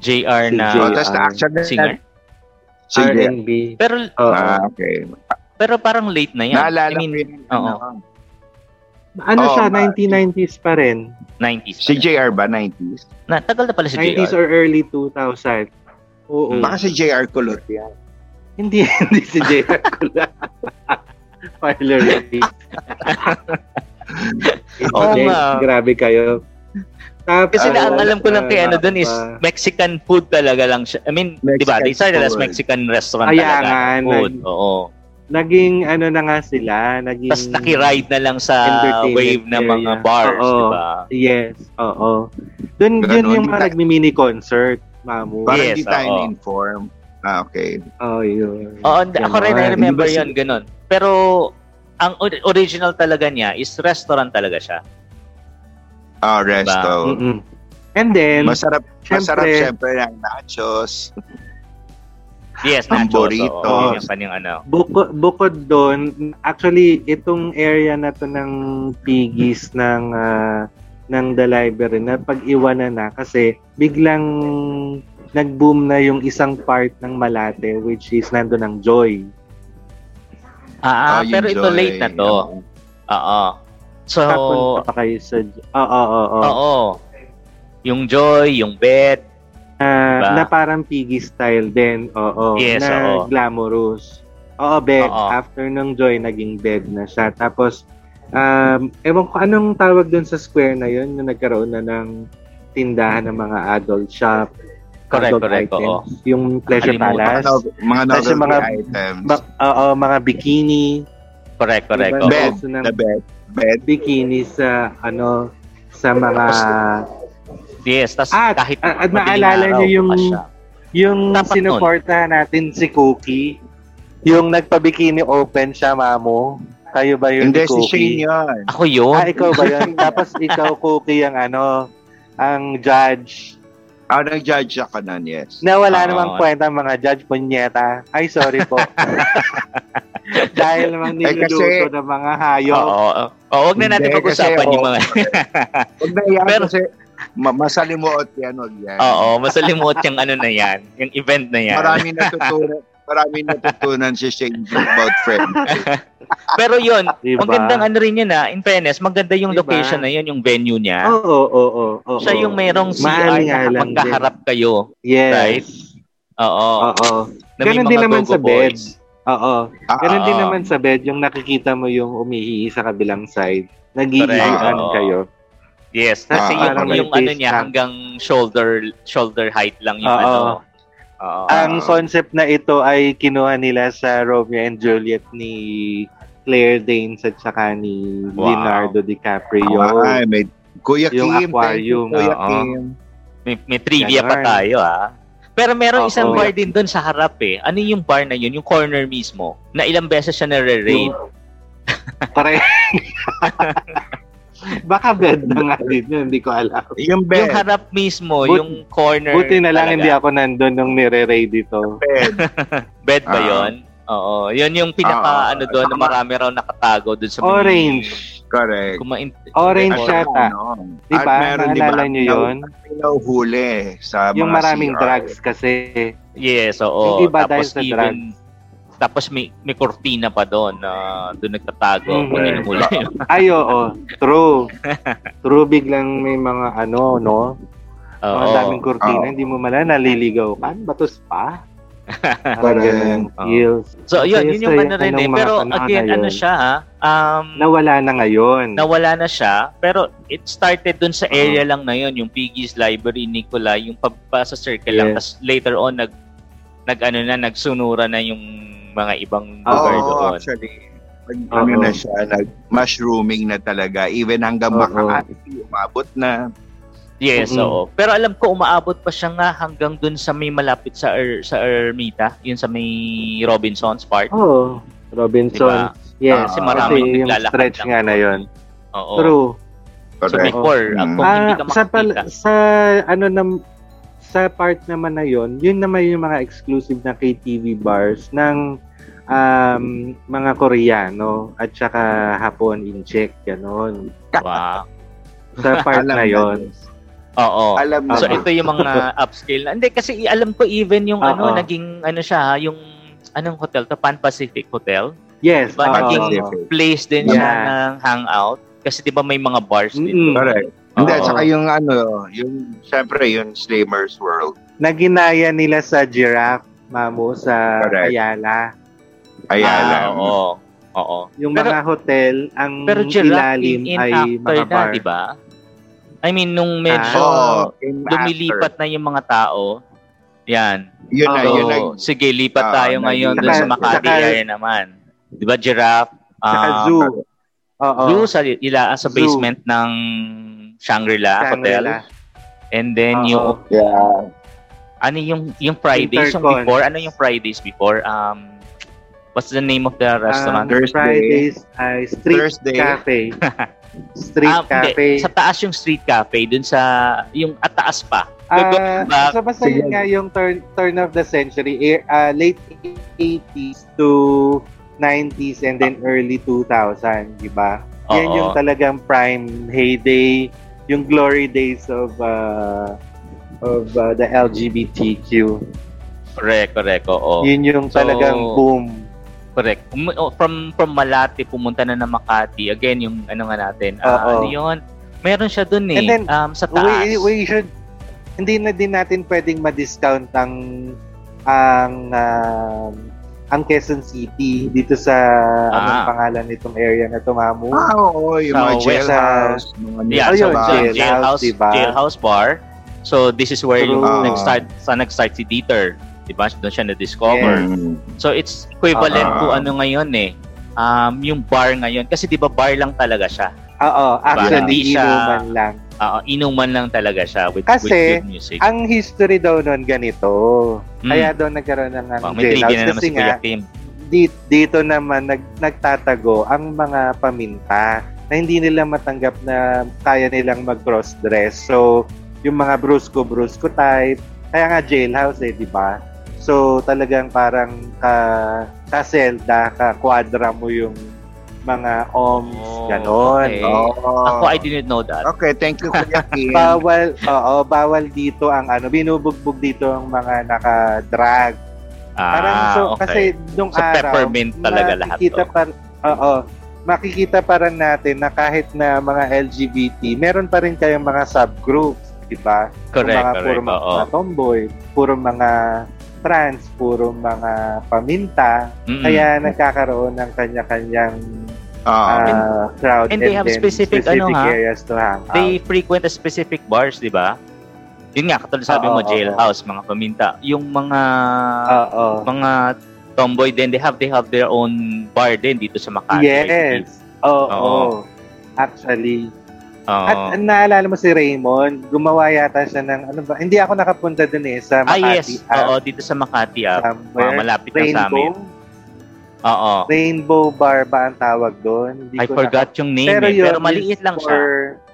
[SPEAKER 1] JR na
[SPEAKER 3] Si
[SPEAKER 2] Oh,
[SPEAKER 3] JR.
[SPEAKER 2] tapos na actually
[SPEAKER 1] singer.
[SPEAKER 2] Sige.
[SPEAKER 3] R&B.
[SPEAKER 1] Pero
[SPEAKER 3] Oo.
[SPEAKER 2] Ah, okay.
[SPEAKER 1] pero parang late na 'yan.
[SPEAKER 2] Naalala
[SPEAKER 1] I mean,
[SPEAKER 2] ko yun.
[SPEAKER 1] oo.
[SPEAKER 2] ano,
[SPEAKER 3] ano
[SPEAKER 2] Oo,
[SPEAKER 3] siya,
[SPEAKER 2] Mar-
[SPEAKER 3] 1990s pa rin.
[SPEAKER 1] 90s.
[SPEAKER 2] Si JR ba, 90s?
[SPEAKER 1] Na, tagal na pala si
[SPEAKER 3] 90s
[SPEAKER 1] JR.
[SPEAKER 3] or early 2000. Oo.
[SPEAKER 1] Hmm.
[SPEAKER 2] Baka si JR Kulot yan.
[SPEAKER 3] Hindi, hindi si JR Kula. Parlor Ray.
[SPEAKER 1] Oo
[SPEAKER 4] Okay,
[SPEAKER 1] nga.
[SPEAKER 4] Grabe kayo. Tapos,
[SPEAKER 1] Kasi na, ang
[SPEAKER 4] ah,
[SPEAKER 1] alam ko lang kay ano dun is
[SPEAKER 4] ah,
[SPEAKER 1] Mexican food talaga lang siya. I mean, di ba?
[SPEAKER 2] Mexican
[SPEAKER 1] They started as
[SPEAKER 2] food.
[SPEAKER 1] Mexican restaurant
[SPEAKER 3] Kaya
[SPEAKER 1] talaga.
[SPEAKER 3] nga,
[SPEAKER 1] Food,
[SPEAKER 3] nag-
[SPEAKER 1] oo.
[SPEAKER 3] Naging ano na nga sila. Naging...
[SPEAKER 1] Tapos nakiride na lang sa
[SPEAKER 3] Mm. Entertainment
[SPEAKER 1] wave ng mga
[SPEAKER 3] area.
[SPEAKER 1] bars,
[SPEAKER 3] Oo.
[SPEAKER 1] di ba?
[SPEAKER 3] Yes, oo. Doon yun
[SPEAKER 2] Ganon,
[SPEAKER 3] yung
[SPEAKER 2] di tayo-
[SPEAKER 3] mga nagmi-mini concert, mamu.
[SPEAKER 2] Parang
[SPEAKER 1] Yes,
[SPEAKER 2] di tayo
[SPEAKER 1] oo.
[SPEAKER 2] inform. Ah, okay.
[SPEAKER 3] Oh, yun.
[SPEAKER 1] Oo, and- ako rin, I
[SPEAKER 3] Ganon.
[SPEAKER 1] remember
[SPEAKER 2] Hindi ba si-
[SPEAKER 1] yun, ganun. Pero, ang or- original talaga niya is restaurant talaga siya.
[SPEAKER 2] Ah,
[SPEAKER 1] Diba?
[SPEAKER 2] resto.
[SPEAKER 3] Mm-mm. And then,
[SPEAKER 2] Masarap, masarap
[SPEAKER 3] Siyempre.
[SPEAKER 2] syempre ng nachos.
[SPEAKER 1] Yes,
[SPEAKER 2] Ang
[SPEAKER 1] nachos.
[SPEAKER 2] burrito.
[SPEAKER 1] Oo, yun yung kanyang ano.
[SPEAKER 3] buko, bukod doon, actually, itong area na to ng pigis ng, ah, ng the library na pag-iwanan na kasi biglang nag-boom na yung isang part ng Malate which is nando ng Joy.
[SPEAKER 1] Ah, ah,
[SPEAKER 2] Ah, yung
[SPEAKER 1] pero ito
[SPEAKER 2] joy.
[SPEAKER 1] late na to. Oo. So,
[SPEAKER 3] Kapunta pa kayo sa... Oo, oo, oo.
[SPEAKER 1] oo. Yung joy, yung bed, Diba?
[SPEAKER 3] Ah, na parang piggy style din. Oo.
[SPEAKER 1] Yes,
[SPEAKER 3] na
[SPEAKER 1] oo.
[SPEAKER 3] glamorous. Oo, bed.
[SPEAKER 1] Oo.
[SPEAKER 3] After ng Joy, naging bed na siya. Tapos, um, ewan ko anong tawag doon sa square na yun na nagkaroon na ng tindahan ng mga adult shop.
[SPEAKER 1] Correct,
[SPEAKER 3] adult
[SPEAKER 1] correct, oo.
[SPEAKER 3] items. Yung Pleasure
[SPEAKER 1] Nakalimutan
[SPEAKER 3] Palace.
[SPEAKER 2] Mga, no- mga
[SPEAKER 3] Tapos
[SPEAKER 2] novelty
[SPEAKER 3] yung mga-
[SPEAKER 2] items.
[SPEAKER 3] Ba- Oo, mga bikini.
[SPEAKER 1] Correct, correct.
[SPEAKER 3] Diba?
[SPEAKER 1] oo.
[SPEAKER 2] Bed.
[SPEAKER 3] Gusto ng
[SPEAKER 2] the bed. Bed.
[SPEAKER 3] bikini sa ano sa mga
[SPEAKER 1] Yes, tas
[SPEAKER 3] At-
[SPEAKER 1] kahit
[SPEAKER 3] at- at
[SPEAKER 1] madaling
[SPEAKER 3] naalala
[SPEAKER 1] araw,
[SPEAKER 3] niyo yung-
[SPEAKER 1] bukas siya.
[SPEAKER 3] yung
[SPEAKER 1] Tapat nun.
[SPEAKER 3] sinuportahan natin si Cookie yung nagpa-bikini open siya mamo kayo ba yun
[SPEAKER 2] Hindi,
[SPEAKER 3] ni
[SPEAKER 2] si
[SPEAKER 3] Cookie
[SPEAKER 2] Shane yun.
[SPEAKER 1] Ako yun?
[SPEAKER 3] ah ikaw ba yun tapos ikaw Cookie ang ano ang judge
[SPEAKER 2] Ah, nag-judge ako nun, yes.
[SPEAKER 3] na
[SPEAKER 1] Ah,
[SPEAKER 3] wala
[SPEAKER 1] Oo.
[SPEAKER 3] namang kwenta ang mga judge punyeta ay sorry po dahil mga
[SPEAKER 2] Eh, kasi-
[SPEAKER 3] niluluto ng mga hayop
[SPEAKER 1] Oo. Oo, wag na natin
[SPEAKER 2] Hindi,
[SPEAKER 1] pag-usapan
[SPEAKER 2] kasi,
[SPEAKER 1] yung mga...
[SPEAKER 2] Huwag na yan
[SPEAKER 1] Pero-
[SPEAKER 2] kasi ma- masalimuot yan, huwag yan.
[SPEAKER 1] Oo, masalimuot yung ano na yan. Yung event na yan.
[SPEAKER 2] Marami natutunan. marami natutunan si Shane about friends.
[SPEAKER 1] Pero yun,
[SPEAKER 3] Diba?
[SPEAKER 1] magandang ano rin yun ah. In fairness, maganda yung
[SPEAKER 3] Diba?
[SPEAKER 1] location na yun, yung venue niya.
[SPEAKER 3] oo oo oo oo
[SPEAKER 1] Siya yung mayroong
[SPEAKER 3] Mahal
[SPEAKER 1] CR
[SPEAKER 3] nga
[SPEAKER 1] na
[SPEAKER 3] lang din.
[SPEAKER 1] magkaharap kayo.
[SPEAKER 3] yes
[SPEAKER 1] Right? Oo.
[SPEAKER 3] oo
[SPEAKER 1] na may
[SPEAKER 3] Ganun
[SPEAKER 1] mga
[SPEAKER 3] din naman
[SPEAKER 1] go-go
[SPEAKER 3] sa bed.
[SPEAKER 1] boys.
[SPEAKER 3] oo
[SPEAKER 2] Ah,
[SPEAKER 3] Ganun din
[SPEAKER 1] Oo.
[SPEAKER 3] naman sa bed, yung nakikita mo yung umihihi sa kabilang side,
[SPEAKER 1] Correct,
[SPEAKER 3] nagiiiwan
[SPEAKER 1] oo.
[SPEAKER 3] kayo.
[SPEAKER 1] Yes, kasi
[SPEAKER 2] Ah,
[SPEAKER 1] yung,
[SPEAKER 2] parang
[SPEAKER 1] yung
[SPEAKER 3] may
[SPEAKER 1] ano
[SPEAKER 3] face
[SPEAKER 1] niya
[SPEAKER 3] cam.
[SPEAKER 1] hanggang shoulder shoulder height lang yung
[SPEAKER 3] Oo. Ah,
[SPEAKER 1] ano. Oo.
[SPEAKER 3] Ang concept na ito ay kinuha nila sa Romeo and Juliet ni Claire Danes at saka ni
[SPEAKER 1] Wow.
[SPEAKER 3] Leonardo DiCaprio.
[SPEAKER 2] Ay, may Kuya Kim.
[SPEAKER 3] Yung
[SPEAKER 2] thank you,
[SPEAKER 3] aquarium,
[SPEAKER 2] Kuya
[SPEAKER 1] oo.
[SPEAKER 2] Kim.
[SPEAKER 1] May, may trivia pa
[SPEAKER 3] Ganun.
[SPEAKER 1] tayo ah. Pero meron
[SPEAKER 3] Oo.
[SPEAKER 1] isang bar din doon sa harap eh. Ano yung bar na yun? Yung corner mismo. Na ilang beses siya nare-raid.
[SPEAKER 3] Yung- Correct. Baka bed na nga din yun, hindi ko alam.
[SPEAKER 2] Yung
[SPEAKER 1] Yung
[SPEAKER 2] bed.
[SPEAKER 1] harap mismo,
[SPEAKER 3] But-
[SPEAKER 1] yung corner.
[SPEAKER 3] Buti na lang
[SPEAKER 1] talaga.
[SPEAKER 3] hindi ako nandun nung nire-raid ito.
[SPEAKER 2] bed.
[SPEAKER 1] Bed ba
[SPEAKER 2] Ah.
[SPEAKER 1] yun? Oo. Yun yung pinaka
[SPEAKER 2] Ah.
[SPEAKER 1] ano doon na marami raw nakatago doon sa may-
[SPEAKER 3] Orange.
[SPEAKER 2] Correct.
[SPEAKER 1] Kumain.
[SPEAKER 3] Orange
[SPEAKER 1] At
[SPEAKER 3] siya ta.
[SPEAKER 2] Ano,
[SPEAKER 3] Di
[SPEAKER 2] at
[SPEAKER 3] ba?
[SPEAKER 2] meron, di ba,
[SPEAKER 3] Naalala nyo yun?
[SPEAKER 2] Pinuhuli sa
[SPEAKER 3] Yung
[SPEAKER 2] mga
[SPEAKER 3] maraming
[SPEAKER 2] CR.
[SPEAKER 3] drugs kasi.
[SPEAKER 1] Yes, oo.
[SPEAKER 3] Hindi ba dahil
[SPEAKER 1] tapos
[SPEAKER 3] sa
[SPEAKER 1] even, tapos may, may cortina pa doon na doon nagtatago
[SPEAKER 3] Mhm.
[SPEAKER 1] pag inumula yun.
[SPEAKER 3] Ay, oo. True. True, biglang may mga ano, no? Mga
[SPEAKER 1] Oo.
[SPEAKER 3] daming kurtina,
[SPEAKER 2] Oo.
[SPEAKER 3] hindi mo mala, naliligaw ka. Ano Batos pa. Parang
[SPEAKER 2] Correct.
[SPEAKER 3] ganun yung feels.
[SPEAKER 1] So, yun,
[SPEAKER 3] Kaya
[SPEAKER 1] yun yung
[SPEAKER 3] saya
[SPEAKER 1] ano rin
[SPEAKER 3] ng
[SPEAKER 1] eh.
[SPEAKER 3] mga
[SPEAKER 1] Pero
[SPEAKER 3] panahon
[SPEAKER 1] again,
[SPEAKER 3] na
[SPEAKER 1] ano
[SPEAKER 3] yun.
[SPEAKER 1] siya ha? Um,
[SPEAKER 3] Nawala na ngayon.
[SPEAKER 1] nawala na siya. Pero it started dun sa
[SPEAKER 3] Mm-hmm.
[SPEAKER 1] area lang na yun. Yung Piggy's Library, Nicola, yung pababa sa circle lang.
[SPEAKER 3] Yes.
[SPEAKER 1] Tapos later on, nag, nag ano na, nagsunura na yung mga ibang
[SPEAKER 3] Oo,
[SPEAKER 1] lugar
[SPEAKER 2] Oo,
[SPEAKER 1] doon.
[SPEAKER 2] actually. Pag
[SPEAKER 3] Oo.
[SPEAKER 2] ano na siya, nag-mushrooming na talaga. Even hanggang
[SPEAKER 3] Oo.
[SPEAKER 2] makaati, umabot na.
[SPEAKER 1] Yes,
[SPEAKER 3] Mm-mm.
[SPEAKER 1] oo. Pero alam ko umaabot pa siya nga hanggang dun sa may malapit sa er, sa Ermita, yun sa may Robinson's Park.
[SPEAKER 3] Oo. Robinson. Yes.
[SPEAKER 1] Diba? Kasi
[SPEAKER 2] Ah,
[SPEAKER 1] marami
[SPEAKER 3] kasi yung
[SPEAKER 1] naglalakad
[SPEAKER 3] stretch
[SPEAKER 1] lang.
[SPEAKER 3] nga na yun.
[SPEAKER 1] Oo.
[SPEAKER 3] True.
[SPEAKER 1] So
[SPEAKER 2] Correct.
[SPEAKER 1] before,
[SPEAKER 2] Mm.
[SPEAKER 1] kung hindi
[SPEAKER 3] Ah,
[SPEAKER 1] ka
[SPEAKER 3] sa,
[SPEAKER 1] makakita.
[SPEAKER 3] pal- sa ano nam sa part naman na yon, yun naman yung mga exclusive na KTV bars ng um, mga Koreano at saka Hapon in Czech, ganon.
[SPEAKER 1] wow.
[SPEAKER 3] Sa part
[SPEAKER 2] Alam
[SPEAKER 3] na yon.
[SPEAKER 1] Oo.
[SPEAKER 2] Alam na.
[SPEAKER 1] So
[SPEAKER 3] Tama.
[SPEAKER 1] ito yung mga upscale. na- Hindi kasi i- alam ko even yung ano
[SPEAKER 3] Oo.
[SPEAKER 1] naging ano siya ha, yung anong hotel to Pan Pacific Hotel.
[SPEAKER 3] Yes,
[SPEAKER 1] Diba,
[SPEAKER 3] oo.
[SPEAKER 1] naging Place din siya
[SPEAKER 3] Yeah.
[SPEAKER 1] ng hangout kasi 'di ba may mga bars din.
[SPEAKER 3] Mm-mm.
[SPEAKER 2] Correct. Hindi,
[SPEAKER 1] Oo.
[SPEAKER 2] tsaka yung ano, yung, syempre yung Slammer's World.
[SPEAKER 3] Naginaya nila sa Giraffe, Mamo, sa
[SPEAKER 2] Correct.
[SPEAKER 3] Ayala.
[SPEAKER 1] Ah,
[SPEAKER 2] Ayala.
[SPEAKER 1] oo. Oo.
[SPEAKER 3] Yung
[SPEAKER 1] Pero-
[SPEAKER 3] mga hotel, ang
[SPEAKER 1] Pero Gerard,
[SPEAKER 3] ilalim
[SPEAKER 1] in, in
[SPEAKER 3] ay
[SPEAKER 1] after
[SPEAKER 3] mga
[SPEAKER 1] na,
[SPEAKER 3] bar.
[SPEAKER 1] di ba? I mean, nung medyo
[SPEAKER 2] Oo,
[SPEAKER 3] Ah,
[SPEAKER 2] came
[SPEAKER 1] lumilipat na yung mga tao, yan.
[SPEAKER 2] after. Yun na,
[SPEAKER 3] Oo.
[SPEAKER 2] yun na.
[SPEAKER 1] So, sige, lipat
[SPEAKER 2] Ah,
[SPEAKER 1] tayo
[SPEAKER 2] naging-
[SPEAKER 1] ngayon dun sa
[SPEAKER 3] Saka-
[SPEAKER 1] Makati
[SPEAKER 3] saka-
[SPEAKER 1] area naman. Di ba, giraffe?
[SPEAKER 3] Saka
[SPEAKER 1] Um,
[SPEAKER 3] zoo. Oo.
[SPEAKER 1] Zoo sa, ila, sa
[SPEAKER 3] Zoo.
[SPEAKER 1] basement ng Shangri-La, Hotel.
[SPEAKER 3] Shangri-La.
[SPEAKER 1] And then
[SPEAKER 3] Oo.
[SPEAKER 1] yung,
[SPEAKER 2] Yeah.
[SPEAKER 1] ano yung, yung Fridays, yung
[SPEAKER 3] Intercon.
[SPEAKER 1] before, ano yung Fridays before? Um, what's the name of the restaurant?
[SPEAKER 3] Ang
[SPEAKER 2] Thursday.
[SPEAKER 3] Um, Fridays ay street
[SPEAKER 2] Thursday.
[SPEAKER 3] cafe. street
[SPEAKER 1] Ah,
[SPEAKER 3] cafe.
[SPEAKER 1] Hindi, sa taas yung street cafe, dun sa, yung ataas pa.
[SPEAKER 3] Ah,
[SPEAKER 1] back.
[SPEAKER 3] so basta yun nga yung turn, turn of the century, eh, ah, late 80s to 90s and then early 2000, di ba? Yan
[SPEAKER 1] Oo.
[SPEAKER 3] yung talagang prime heyday, yung glory days of ah, of ah, the LGBTQ.
[SPEAKER 1] Correct, correct, oo.
[SPEAKER 3] Yun yung
[SPEAKER 1] Oh. So-
[SPEAKER 3] talagang boom.
[SPEAKER 1] Correct. Um, oh, From from Malate pumunta na na Makati. Again, yung ano nga natin. ah,
[SPEAKER 3] Oo.
[SPEAKER 1] ano 'yun? Meron siya doon eh.
[SPEAKER 3] And then,
[SPEAKER 1] um, sa taas.
[SPEAKER 3] We, we should hindi na din natin pwedeng ma-discount ang ang um, ang Quezon City dito sa anong
[SPEAKER 1] Ah.
[SPEAKER 3] pangalan nitong area na to, Mamu?
[SPEAKER 2] Ah, oo,
[SPEAKER 1] Sa
[SPEAKER 2] yung mga
[SPEAKER 1] West-
[SPEAKER 2] jailhouse.
[SPEAKER 1] Yeah, so
[SPEAKER 2] Mga
[SPEAKER 3] Oh, yun,
[SPEAKER 2] nasa
[SPEAKER 1] jail-
[SPEAKER 2] bahay.
[SPEAKER 3] jail. jailhouse,
[SPEAKER 1] jailhouse,
[SPEAKER 3] diba?
[SPEAKER 1] jailhouse bar. So this is where yung
[SPEAKER 2] True.
[SPEAKER 1] nag-start, sa nag-start si Dieter. Diba? Doon siya na-discover.
[SPEAKER 2] Mm.
[SPEAKER 1] So it's equivalent
[SPEAKER 2] Ah.
[SPEAKER 1] to ano ngayon eh. Um, yung bar ngayon. Kasi di ba bar lang talaga siya.
[SPEAKER 3] Oo,
[SPEAKER 1] Hindi
[SPEAKER 3] actually,
[SPEAKER 1] siya-
[SPEAKER 3] inuman lang.
[SPEAKER 1] Ah, inuman lang talaga siya with, with
[SPEAKER 3] Kasi,
[SPEAKER 1] good music.
[SPEAKER 3] Ang history daw nun ganito.
[SPEAKER 1] Mm.
[SPEAKER 3] Kaya daw nagkaroon ng
[SPEAKER 1] Wow,
[SPEAKER 3] ang
[SPEAKER 1] Ah, may trigger na
[SPEAKER 3] jailhouse.
[SPEAKER 1] naman si
[SPEAKER 3] Kasi
[SPEAKER 1] Kuya
[SPEAKER 3] nga,
[SPEAKER 1] Kim.
[SPEAKER 3] di- dito naman nag, nagtatago ang mga paminta na hindi nila matanggap na kaya nilang mag-cross-dress. So, yung mga brusko-brusko type, kaya nga jailhouse eh, di ba? So, talagang parang ka, ka selda, ka kwadra mo yung mga oms,
[SPEAKER 1] Oh,
[SPEAKER 3] ganon.
[SPEAKER 1] okay.
[SPEAKER 3] Oo.
[SPEAKER 1] Ako, I didn't know that.
[SPEAKER 2] Oh. Okay, thank you, Kuya Kim.
[SPEAKER 3] Bawal, oo, bawal dito ang ano, binubugbog dito ang mga naka-drag.
[SPEAKER 1] Ah,
[SPEAKER 3] Parang so kasi
[SPEAKER 1] okay.
[SPEAKER 3] nung
[SPEAKER 1] So,
[SPEAKER 3] araw
[SPEAKER 1] peppermint talaga lahat oh.
[SPEAKER 3] makikita
[SPEAKER 1] to.
[SPEAKER 3] par- oo. Makikita parang natin na kahit na mga LGBT, meron pa rin kayong mga subgroups, 'di ba? Yung
[SPEAKER 1] correct,
[SPEAKER 3] mga puro
[SPEAKER 1] correct.
[SPEAKER 3] mga,
[SPEAKER 1] Oo.
[SPEAKER 3] tomboy, puro mga trans, puro mga paminta,
[SPEAKER 1] Mm-mm.
[SPEAKER 3] kaya nagkakaroon ng kanya-kanyang
[SPEAKER 2] Ah,
[SPEAKER 3] ah, crowd
[SPEAKER 1] Mm. And they have
[SPEAKER 3] then
[SPEAKER 1] specific, ano, ha?
[SPEAKER 3] areas to hang out.
[SPEAKER 1] they frequent a specific bars, di ba? Yun nga, katulad sabi
[SPEAKER 3] Oo,
[SPEAKER 1] mo,
[SPEAKER 3] oo.
[SPEAKER 1] jailhouse, mga paminta. Yung mga
[SPEAKER 3] Ah, Oo.
[SPEAKER 1] mga tomboy din, they have they have their own bar din dito sa Makati.
[SPEAKER 3] Yes. Oo.
[SPEAKER 1] Oo.
[SPEAKER 3] Actually,
[SPEAKER 1] Oo.
[SPEAKER 3] At ano, naalala mo si Raymond, gumawa yata siya ng ano ba? Hindi ako nakapunta dun eh sa
[SPEAKER 1] ah,
[SPEAKER 3] Makati.
[SPEAKER 1] yes.
[SPEAKER 3] Art
[SPEAKER 1] Oo, dito sa Makati. Ah,
[SPEAKER 3] somewhere.
[SPEAKER 1] Mga malapit na sa
[SPEAKER 3] Rainbow?
[SPEAKER 1] amin. Oo.
[SPEAKER 3] Rainbow Bar ba ang tawag doon? Hindi
[SPEAKER 1] I
[SPEAKER 3] ko
[SPEAKER 1] forgot yung name. Pero,
[SPEAKER 3] Pero
[SPEAKER 1] eh.
[SPEAKER 3] yun,
[SPEAKER 1] pero maliit lang
[SPEAKER 3] naka-
[SPEAKER 1] siya.
[SPEAKER 3] or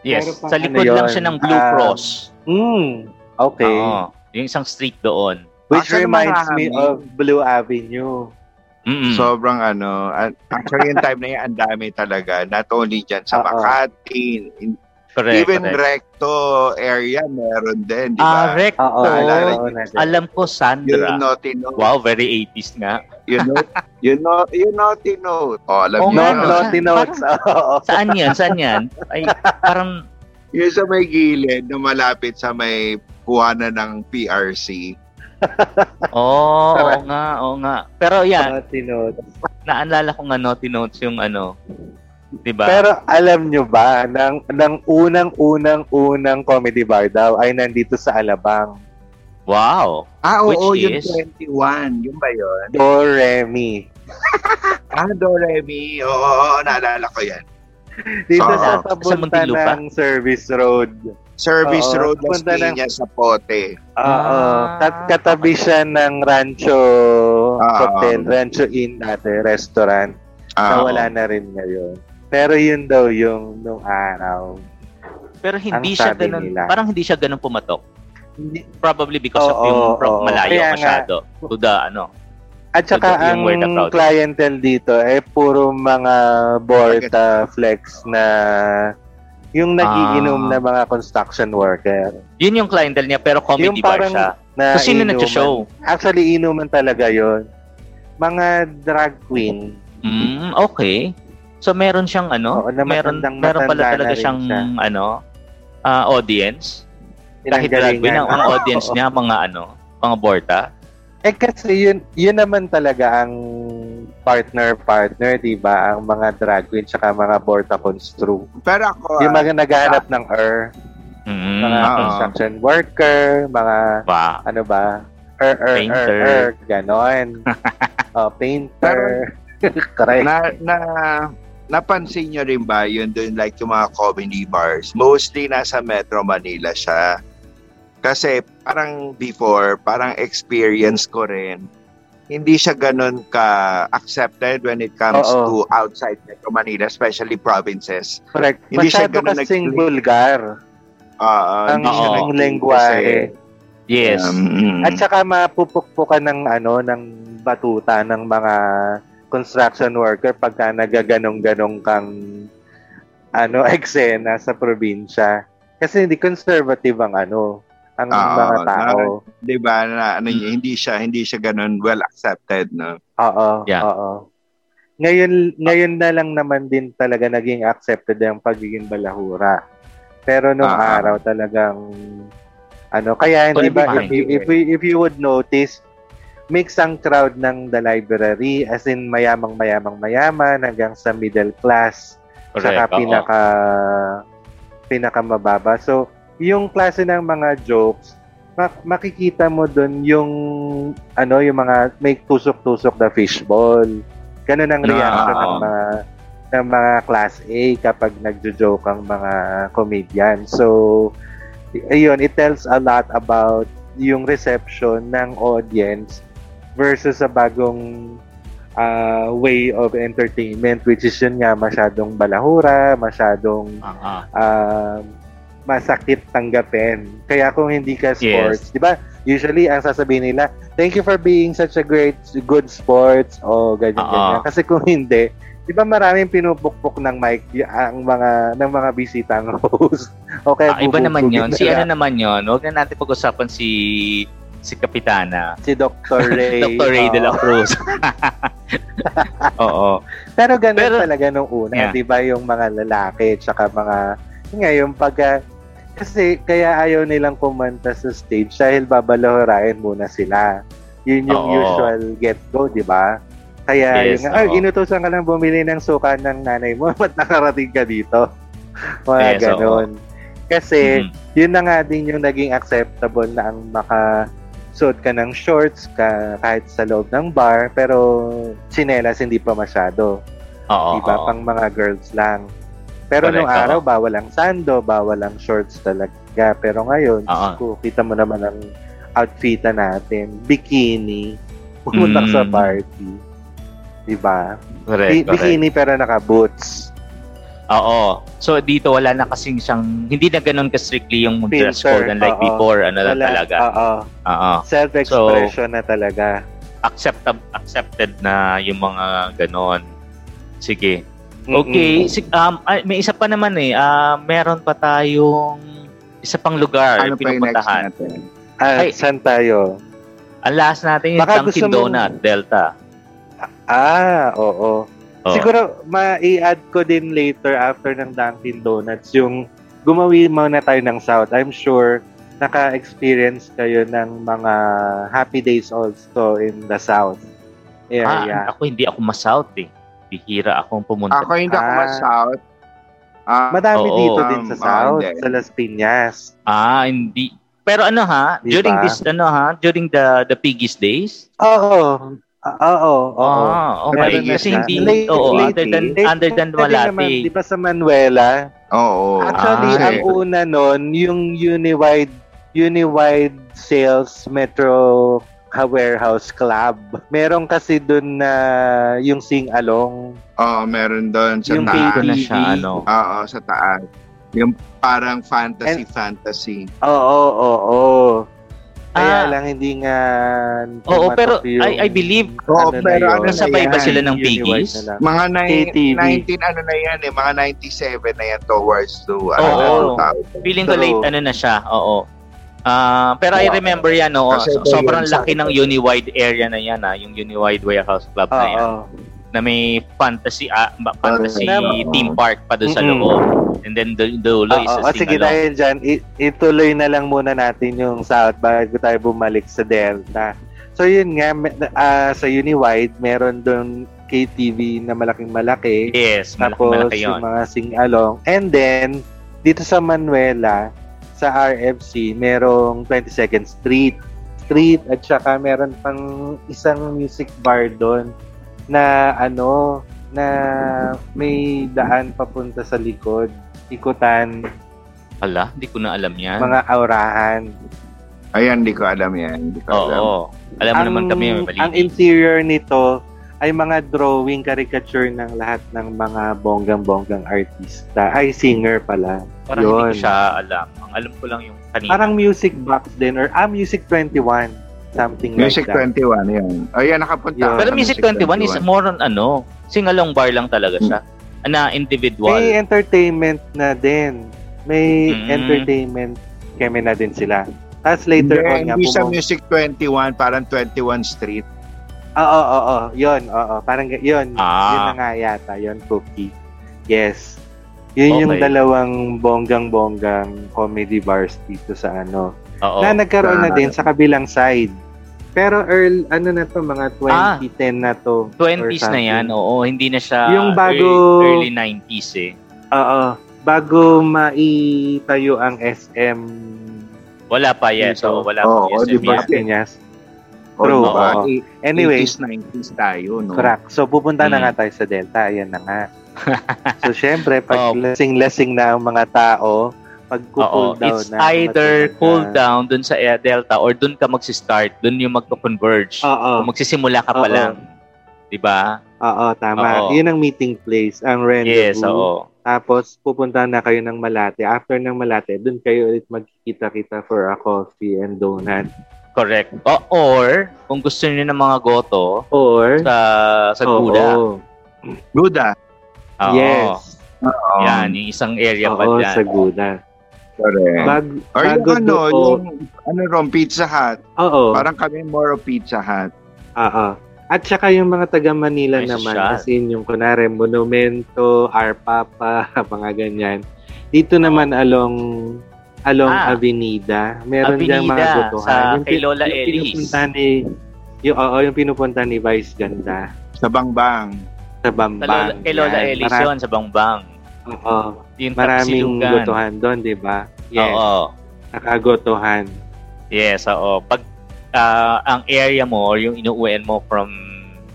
[SPEAKER 1] Yes.
[SPEAKER 3] meron pang
[SPEAKER 1] Sa likod
[SPEAKER 3] ano
[SPEAKER 1] lang
[SPEAKER 3] yun.
[SPEAKER 1] siya ng Blue
[SPEAKER 3] Ah,
[SPEAKER 1] Cross.
[SPEAKER 3] Mm, okay.
[SPEAKER 1] Oo. Yung isang street doon.
[SPEAKER 3] Which
[SPEAKER 2] Asan
[SPEAKER 3] reminds
[SPEAKER 2] mga
[SPEAKER 3] me
[SPEAKER 2] amin?
[SPEAKER 3] of Blue Avenue.
[SPEAKER 1] Mm-mm.
[SPEAKER 2] Sobrang ano, an- actually yung time na yan, ang dami talaga. Not only dyan sa
[SPEAKER 3] Oo.
[SPEAKER 2] Makati, in-
[SPEAKER 1] correct.
[SPEAKER 2] even
[SPEAKER 1] correct.
[SPEAKER 2] recto area meron din, di
[SPEAKER 1] Ah,
[SPEAKER 2] ba?
[SPEAKER 1] rec.
[SPEAKER 3] Oo.
[SPEAKER 1] Oo.
[SPEAKER 3] naalala ko na din.
[SPEAKER 1] Alam ko,
[SPEAKER 2] you
[SPEAKER 1] Sandra.
[SPEAKER 2] know, tino.
[SPEAKER 1] Wow, very 80s nga.
[SPEAKER 2] You know, you know, you know, tino. Oh, alam
[SPEAKER 1] Oo
[SPEAKER 2] niyo.
[SPEAKER 1] nga,
[SPEAKER 3] No,
[SPEAKER 2] yun.
[SPEAKER 1] no?
[SPEAKER 3] naughty notes. Oo.
[SPEAKER 1] Saan yan? Saan yan? Ay, parang,
[SPEAKER 2] Yung sa may gilid na malapit sa may kuhanan ng PRC.
[SPEAKER 1] oh, oo,
[SPEAKER 3] Tara.
[SPEAKER 1] oo nga, oo nga. Pero yan,
[SPEAKER 3] Naughty notes.
[SPEAKER 1] naalala ko nga Naughty Notes yung ano, di ba?
[SPEAKER 3] Pero alam nyo ba, ng, ng unang-unang-unang comedy bar daw ay nandito sa Alabang.
[SPEAKER 1] wow.
[SPEAKER 2] Ah,
[SPEAKER 1] Which
[SPEAKER 2] oo, yung
[SPEAKER 1] is?
[SPEAKER 2] 21. Yung ba yun?
[SPEAKER 3] Do, Re, Mi.
[SPEAKER 2] Ah, Doremi. Oo, oo, naalala ko yan.
[SPEAKER 3] Dito
[SPEAKER 2] Oo.
[SPEAKER 3] sa
[SPEAKER 1] Sa
[SPEAKER 3] papunta
[SPEAKER 1] Muntinlupa.
[SPEAKER 3] ng service road.
[SPEAKER 2] Service
[SPEAKER 3] Oo,
[SPEAKER 2] Road, Las
[SPEAKER 3] punta ng-
[SPEAKER 2] Piñas, sa Pote.
[SPEAKER 3] Oo.
[SPEAKER 1] Ah.
[SPEAKER 3] Kat- katabi siya ng Rancho Hotel, Rancho Inn dati, restaurant.
[SPEAKER 2] Ah,
[SPEAKER 3] Na wala na rin ngayon. Pero yun daw yung nung araw.
[SPEAKER 1] Pero hindi
[SPEAKER 3] Ang
[SPEAKER 1] siya
[SPEAKER 3] sabi
[SPEAKER 1] ganun,
[SPEAKER 3] nila.
[SPEAKER 1] parang hindi siya ganun pumatok.
[SPEAKER 3] Hindi-
[SPEAKER 1] Probably because of
[SPEAKER 3] Oo,
[SPEAKER 1] yung
[SPEAKER 3] oo,
[SPEAKER 1] pro-
[SPEAKER 3] oo.
[SPEAKER 1] malayo
[SPEAKER 3] Kaya nga.
[SPEAKER 1] masyado. To the, ano,
[SPEAKER 3] At saka
[SPEAKER 1] Yung
[SPEAKER 3] ang
[SPEAKER 1] where the crowd is.
[SPEAKER 3] clientele dito eh puro mga Borta Flex na yung nagiinom
[SPEAKER 1] Ah.
[SPEAKER 3] na mga construction worker.
[SPEAKER 1] yun yung clientele niya, pero comedy
[SPEAKER 3] yung parang
[SPEAKER 1] bar Oh, siya.
[SPEAKER 3] na
[SPEAKER 1] So, sino
[SPEAKER 3] inuman.
[SPEAKER 1] nag-show?
[SPEAKER 3] Actually, inuman talaga yon Mga drag queen.
[SPEAKER 1] Mm, okay. So meron siyang ano,
[SPEAKER 3] Oo, na
[SPEAKER 1] meron
[SPEAKER 3] matandang-
[SPEAKER 1] meron pala
[SPEAKER 3] matanda
[SPEAKER 1] talaga
[SPEAKER 3] na rin
[SPEAKER 1] siyang
[SPEAKER 3] siya.
[SPEAKER 1] ano, ah, audience. Kahit drag queen ang, ang audience niya mga ano, mga borta.
[SPEAKER 3] Eh kasi yun, yun naman talaga ang partner-partner, di ba? Ang mga drag queen tsaka mga Borta Constru.
[SPEAKER 2] Pero ako,
[SPEAKER 3] Yung mga naghahanap ng ER,
[SPEAKER 1] Mm,
[SPEAKER 3] mga ano.
[SPEAKER 2] oo.
[SPEAKER 3] construction worker, mga
[SPEAKER 1] wow.
[SPEAKER 3] ano ba? Er, er,
[SPEAKER 1] Painter.
[SPEAKER 3] er, er, ganon. oh, painter. Correct.
[SPEAKER 2] na, na, napansin nyo rin ba yun doon like yung mga comedy bars? Mostly nasa Metro Manila siya. Kasi parang before, parang experience ko rin, hindi siya ganun ka-accepted when it comes
[SPEAKER 3] Oo.
[SPEAKER 2] to outside Metro Manila, especially provinces.
[SPEAKER 3] Correct.
[SPEAKER 2] Hindi siya
[SPEAKER 3] Masyado
[SPEAKER 2] ganun
[SPEAKER 3] kasing
[SPEAKER 2] nag-click.
[SPEAKER 3] vulgar
[SPEAKER 2] Ah, ah,
[SPEAKER 3] ang
[SPEAKER 2] hindi
[SPEAKER 1] Oo.
[SPEAKER 2] siya
[SPEAKER 3] ang
[SPEAKER 2] nag-click
[SPEAKER 3] lengguwahe.
[SPEAKER 2] kasi,
[SPEAKER 1] Yes.
[SPEAKER 2] um,
[SPEAKER 3] At saka mapupukpukan ng ano ng batuta ng mga construction worker pagka nagaganong-ganong kang ano eksena sa probinsya. Kasi hindi conservative ang ano ang
[SPEAKER 2] Oo,
[SPEAKER 3] mga tao.
[SPEAKER 2] di ba, na, ano,
[SPEAKER 3] Mm.
[SPEAKER 2] yun, hindi siya, hindi siya ganun well accepted, no?
[SPEAKER 3] Oo.
[SPEAKER 1] Yeah.
[SPEAKER 3] Oo. Ngayon ngayon na lang naman din talaga naging accepted ang pagiging balahura. Pero nung
[SPEAKER 2] Ah.
[SPEAKER 3] araw talagang Ano, kaya hindi ba if,
[SPEAKER 1] Correct.
[SPEAKER 3] you- if, we, if you would notice, mix ang crowd ng the library as in mayamang mayamang mayaman hanggang sa middle class
[SPEAKER 1] Correct.
[SPEAKER 3] saka
[SPEAKER 1] oo.
[SPEAKER 3] pinaka pinakamababa. So, yung klase ng mga jokes, mak- makikita mo doon yung ano, yung mga may tusok-tusok na fishball. Ganun ang reaction ng
[SPEAKER 1] Ah.
[SPEAKER 3] mga ng mga class A kapag nagjo-joke ang mga comedian. So, y- ayun, it tells a lot about yung reception ng audience versus sa bagong uh, way of entertainment which is yun nga masyadong balahura, masyadong
[SPEAKER 1] Ah, ah.
[SPEAKER 3] um, masakit tanggapin. Kaya kung hindi ka sports, 'di ba? Usually ang sasabihin nila, "Thank you for being such a great good sports" o ganyan
[SPEAKER 1] Oo.
[SPEAKER 3] ganyan. Kasi kung hindi, 'di ba maraming pinupukpok ng mic y- ang mga ng mga bisitang host. o kaya
[SPEAKER 1] Ah, iba naman yon
[SPEAKER 3] bubugin
[SPEAKER 1] Si
[SPEAKER 3] nila.
[SPEAKER 1] ano naman yon Huwag na natin pag-usapan si si Kapitana.
[SPEAKER 3] si Dr. Ray.
[SPEAKER 1] Dr. ano? Ray de la
[SPEAKER 3] Oo.
[SPEAKER 1] Cruz. Oo.
[SPEAKER 3] Pero ganun
[SPEAKER 1] Pero-
[SPEAKER 3] talaga nung una,
[SPEAKER 1] Yeah.
[SPEAKER 3] 'di ba, yung mga lalaki tsaka mga yun nga yung pag kasi kaya ayaw nilang kumanta sa stage dahil babalahorain muna sila. Yun yung
[SPEAKER 1] Oo.
[SPEAKER 3] usual get go, 'di ba? Kaya
[SPEAKER 1] Yes,
[SPEAKER 3] yung, ay,
[SPEAKER 1] oo.
[SPEAKER 3] inutosan ka lang bumili ng suka ng nanay mo, ba't nakarating ka dito? Mga
[SPEAKER 1] Yes, oo.
[SPEAKER 3] ganun. Kasi,
[SPEAKER 1] Mhm.
[SPEAKER 3] yun na nga din yung naging acceptable na ang maka suot ka ng shorts ka kahit sa loob ng bar pero chinelas hindi pa masyado
[SPEAKER 1] Oo.
[SPEAKER 3] diba
[SPEAKER 1] oo.
[SPEAKER 3] pang mga girls lang pero
[SPEAKER 1] Correct,
[SPEAKER 3] nung
[SPEAKER 1] oo.
[SPEAKER 3] araw bawal ang sando bawal ang shorts talaga pero
[SPEAKER 1] Oo.
[SPEAKER 3] ngayon Diyos ko, kita mo naman ang outfita natin bikini pumunta ka sa
[SPEAKER 1] Mm.
[SPEAKER 3] party diba
[SPEAKER 1] Correct,
[SPEAKER 3] Bi-
[SPEAKER 1] correct.
[SPEAKER 3] bikini pero naka boots
[SPEAKER 1] Oo. So dito wala na kasing siyang hindi na ganun ka strictly yung dress
[SPEAKER 3] Filter,
[SPEAKER 1] code unlike
[SPEAKER 3] oo.
[SPEAKER 1] before ano lang talaga.
[SPEAKER 3] oo
[SPEAKER 1] Oo.
[SPEAKER 3] self-expression na talaga
[SPEAKER 1] Accepted accepted na yung mga ganun. Sige. Okay, sig- um ah, may isa pa naman eh. Ah, meron pa tayong isa pang lugar
[SPEAKER 2] Ano pa yung next
[SPEAKER 1] pinupuntahan.
[SPEAKER 2] natin?
[SPEAKER 3] Ah,
[SPEAKER 1] Ay.
[SPEAKER 3] saan tayo?
[SPEAKER 1] Ang last natin yung
[SPEAKER 3] Baka gusto
[SPEAKER 1] Dunkin'
[SPEAKER 3] mo-
[SPEAKER 1] Donut, Delta.
[SPEAKER 3] Ah, oo.
[SPEAKER 1] Oo.
[SPEAKER 3] Siguro, ma-i-add ko din later after ng Dunkin' Donuts yung gumawi muna tayo ng South. I'm sure naka-experience kayo ng mga happy days also in the South
[SPEAKER 1] Ah,
[SPEAKER 3] area.
[SPEAKER 1] ako hindi ako ma-south eh. Bihira akong pumunta.
[SPEAKER 2] Ako hindi ako
[SPEAKER 3] Ah.
[SPEAKER 2] ma-south. Ah,
[SPEAKER 3] Madami
[SPEAKER 1] oo.
[SPEAKER 3] dito din sa
[SPEAKER 2] Um,
[SPEAKER 3] South,
[SPEAKER 2] hindi.
[SPEAKER 3] sa Las Piñas.
[SPEAKER 1] Ah, hindi. Pero ano ha,
[SPEAKER 3] Di
[SPEAKER 1] during
[SPEAKER 3] ba?
[SPEAKER 1] this ano ha, during the the piggies days?
[SPEAKER 3] Oo. Ah, Oo, oo.
[SPEAKER 1] Ah, okay.
[SPEAKER 3] Meron na
[SPEAKER 1] Kasi
[SPEAKER 3] siya.
[SPEAKER 1] hindi
[SPEAKER 3] Late-
[SPEAKER 1] oo,
[SPEAKER 3] late
[SPEAKER 1] other than
[SPEAKER 3] eh.
[SPEAKER 1] other than
[SPEAKER 3] Pwede naman, Di
[SPEAKER 1] Malati.
[SPEAKER 3] ba sa Manuela?
[SPEAKER 2] Oo.
[SPEAKER 3] Actually,
[SPEAKER 1] Ah,
[SPEAKER 3] ang una nun, yung Uniwide, Uniwide Sales Metro Ka- Warehouse Club. Meron kasi dun na yung sing-along.
[SPEAKER 2] Oo, oh, meron doon sa
[SPEAKER 3] yung
[SPEAKER 1] Hindi ko
[SPEAKER 2] taas.
[SPEAKER 1] na
[SPEAKER 3] PTV.
[SPEAKER 1] siya ano.
[SPEAKER 2] Oo, sa taas. Yung parang fantasy, fantasy.
[SPEAKER 3] Oo, oo, oo. Kaya
[SPEAKER 1] Ah.
[SPEAKER 3] lang hindi nga...
[SPEAKER 1] Oo,
[SPEAKER 3] tumatok
[SPEAKER 1] pero
[SPEAKER 3] yung-
[SPEAKER 1] I- I believe-
[SPEAKER 2] Oo,
[SPEAKER 3] na
[SPEAKER 2] pero
[SPEAKER 3] yun.
[SPEAKER 2] ano na
[SPEAKER 1] Nasabay ba
[SPEAKER 2] yan?
[SPEAKER 1] sila ng
[SPEAKER 3] Uniwide
[SPEAKER 1] piggies?
[SPEAKER 3] na lang.
[SPEAKER 2] Mga nine-
[SPEAKER 3] KTV.
[SPEAKER 2] 19 ano na yan eh, mga 97 na yan towards to
[SPEAKER 1] Oo.
[SPEAKER 2] ano na 2000.
[SPEAKER 1] Feeling ko
[SPEAKER 3] True.
[SPEAKER 1] late ano na siya. Oo. Ah, pero I
[SPEAKER 2] Oo.
[SPEAKER 1] remember yan, oo.
[SPEAKER 2] Kasi
[SPEAKER 1] So-
[SPEAKER 2] ito
[SPEAKER 1] sobrang
[SPEAKER 2] yun,
[SPEAKER 1] laki
[SPEAKER 2] sabi
[SPEAKER 1] ng
[SPEAKER 2] ko.
[SPEAKER 1] Uniwide area na yan, ah, yung Uniwide Warehouse Club na yan,
[SPEAKER 3] Oo.
[SPEAKER 1] na may fantasy ah, ba- fantasy
[SPEAKER 3] Oo.
[SPEAKER 1] theme park pa doon sa
[SPEAKER 3] Mm-mm.
[SPEAKER 1] loob. And then the dulo is
[SPEAKER 3] Oo,
[SPEAKER 1] a
[SPEAKER 3] o Ah, sige
[SPEAKER 1] sing-along.
[SPEAKER 3] dahil dyan, i- ituloy na lang muna natin yung South bago tayo bumalik sa Delta. So yun nga, me- ah, sa Uniwide, meron doon KTV na malaking malaki.
[SPEAKER 1] Yes, malaki,
[SPEAKER 3] tapos
[SPEAKER 1] malaki yun.
[SPEAKER 3] yung mga sing-along. And then, dito sa Manuela, sa RFC, merong 22nd Street. Street at saka meron pang isang music bar doon na ano, na may daan papunta sa likod. Ikutan
[SPEAKER 1] Ala, hindi ko na alam yan.
[SPEAKER 3] mga aurahan.
[SPEAKER 2] Ayan, hindi ko alam yan. Hindi ko
[SPEAKER 1] Oo.
[SPEAKER 2] alam.
[SPEAKER 1] Alam mo naman kami, may
[SPEAKER 3] ang
[SPEAKER 1] mali.
[SPEAKER 3] interior nito ay mga drawing caricature ng lahat ng mga bonggang-bonggang artista. Ay, singer pala.
[SPEAKER 1] Parang hindi ko
[SPEAKER 3] yun.
[SPEAKER 1] siya alam. Ang alam ko lang yung kanina.
[SPEAKER 3] Parang music box din or ah, music 21. Something
[SPEAKER 2] Music
[SPEAKER 3] like that.
[SPEAKER 2] 21, yan. Ayan, nakapunta
[SPEAKER 3] Yun.
[SPEAKER 2] ako
[SPEAKER 1] Pero
[SPEAKER 2] sa
[SPEAKER 1] Music 21 is more on ano, singalong bar lang talaga siya. Na individual.
[SPEAKER 3] Hmm. May entertainment na din. May
[SPEAKER 1] Mm.
[SPEAKER 3] entertainment kami na din sila. Tapos later
[SPEAKER 2] Hindi,
[SPEAKER 3] on nga,
[SPEAKER 2] hindi sa
[SPEAKER 3] pumu-
[SPEAKER 2] Music 21, parang 21 Street.
[SPEAKER 3] Ah, Oo, oo, oo. Yun, oo. Parang ga- yun.
[SPEAKER 1] Ah.
[SPEAKER 3] Yun na nga yata. Yun, Cookie. Yes. Yun yung
[SPEAKER 1] Okay.
[SPEAKER 3] dalawang bonggang-bonggang comedy bars dito sa ano,
[SPEAKER 1] Oo.
[SPEAKER 3] na nagkaroon na din sa kabilang side. Pero Earl, ano na to, mga 2010
[SPEAKER 1] Ah.
[SPEAKER 3] na to. or
[SPEAKER 1] 20s na
[SPEAKER 3] something.
[SPEAKER 1] yan, oh. oo. Hindi na siya
[SPEAKER 3] Yung bago-
[SPEAKER 1] early, early 90s eh.
[SPEAKER 3] Oo. Bago maitayo ang SM
[SPEAKER 1] Wala pa yes.
[SPEAKER 3] Dito.
[SPEAKER 1] Oo, wala
[SPEAKER 2] Oo,
[SPEAKER 1] pa yes.
[SPEAKER 2] di ba?
[SPEAKER 1] yes.
[SPEAKER 3] Piñas.
[SPEAKER 2] Oo,
[SPEAKER 3] True.
[SPEAKER 2] diba?
[SPEAKER 3] oo. Anyway,
[SPEAKER 2] 80s, 90s tayo, no?
[SPEAKER 3] correct. So pupunta
[SPEAKER 1] Mm.
[SPEAKER 3] na nga tayo sa Delta. Ayan na nga. so syempre,
[SPEAKER 1] Oo.
[SPEAKER 3] pag lasing-lasing na ang mga tao, pag cool
[SPEAKER 1] Oh. Oo,
[SPEAKER 3] down
[SPEAKER 1] it's
[SPEAKER 3] na.
[SPEAKER 1] either
[SPEAKER 3] matulog
[SPEAKER 1] cool
[SPEAKER 3] na.
[SPEAKER 1] down dun sa eh, Delta or dun ka magsi-start, dun yung magko-converge.
[SPEAKER 3] Oo.
[SPEAKER 1] O magsisimula ka pa
[SPEAKER 3] Oo.
[SPEAKER 1] lang. 'Di ba?
[SPEAKER 3] Oo, tama.
[SPEAKER 1] Oo.
[SPEAKER 3] Yun ang meeting place, ang rendezvous.
[SPEAKER 1] Yes, oo.
[SPEAKER 3] Tapos pupunta na kayo ng Malate. After ng Malate, dun kayo ulit magkikita-kita for a coffee and donut.
[SPEAKER 1] Correct. O, or kung gusto niyo ng mga goto
[SPEAKER 3] Or
[SPEAKER 1] sa sa Guda.
[SPEAKER 3] Oo.
[SPEAKER 2] Guda.
[SPEAKER 1] Oo.
[SPEAKER 3] Yes.
[SPEAKER 2] Oo.
[SPEAKER 1] Yan, yung isang area pa
[SPEAKER 3] Um, Oo,
[SPEAKER 1] dyan.
[SPEAKER 3] sa Guda.
[SPEAKER 2] Correct.
[SPEAKER 3] Bag,
[SPEAKER 2] Or yung
[SPEAKER 3] bago
[SPEAKER 2] ano,
[SPEAKER 3] doon-
[SPEAKER 2] yung ano ron, Pizza Hut.
[SPEAKER 3] Oo.
[SPEAKER 2] Parang kami more of Pizza Hut.
[SPEAKER 3] Oo. At saka yung mga taga Manila
[SPEAKER 1] Ay,
[SPEAKER 3] naman,
[SPEAKER 1] social.
[SPEAKER 3] as in yung kunwari, Monumento, Arpapa, mga ganyan. Dito naman along along
[SPEAKER 1] Ah.
[SPEAKER 3] Avenida, meron
[SPEAKER 1] Avenida,
[SPEAKER 3] dyan mga gotohan.
[SPEAKER 1] sa kay
[SPEAKER 3] pin-
[SPEAKER 1] Lola
[SPEAKER 3] yung
[SPEAKER 1] Elise.
[SPEAKER 3] pinupunta ni, yung, oo, yung pinupunta ni Vice Ganda
[SPEAKER 2] Sa Bangbang.
[SPEAKER 1] Sa Lola,
[SPEAKER 3] sa Bambang.
[SPEAKER 1] kay Lola
[SPEAKER 3] Yan.
[SPEAKER 1] Elise
[SPEAKER 3] Mara-
[SPEAKER 1] yun, sa Bangbang.
[SPEAKER 3] oo,
[SPEAKER 1] Yung
[SPEAKER 3] maraming
[SPEAKER 1] Tapsilugan.
[SPEAKER 3] gotohan doon, di ba? Yes,
[SPEAKER 1] Oo.
[SPEAKER 3] nakagotohan.
[SPEAKER 1] Yes, oo. Pag ah, ang area mo or yung inuuwian mo from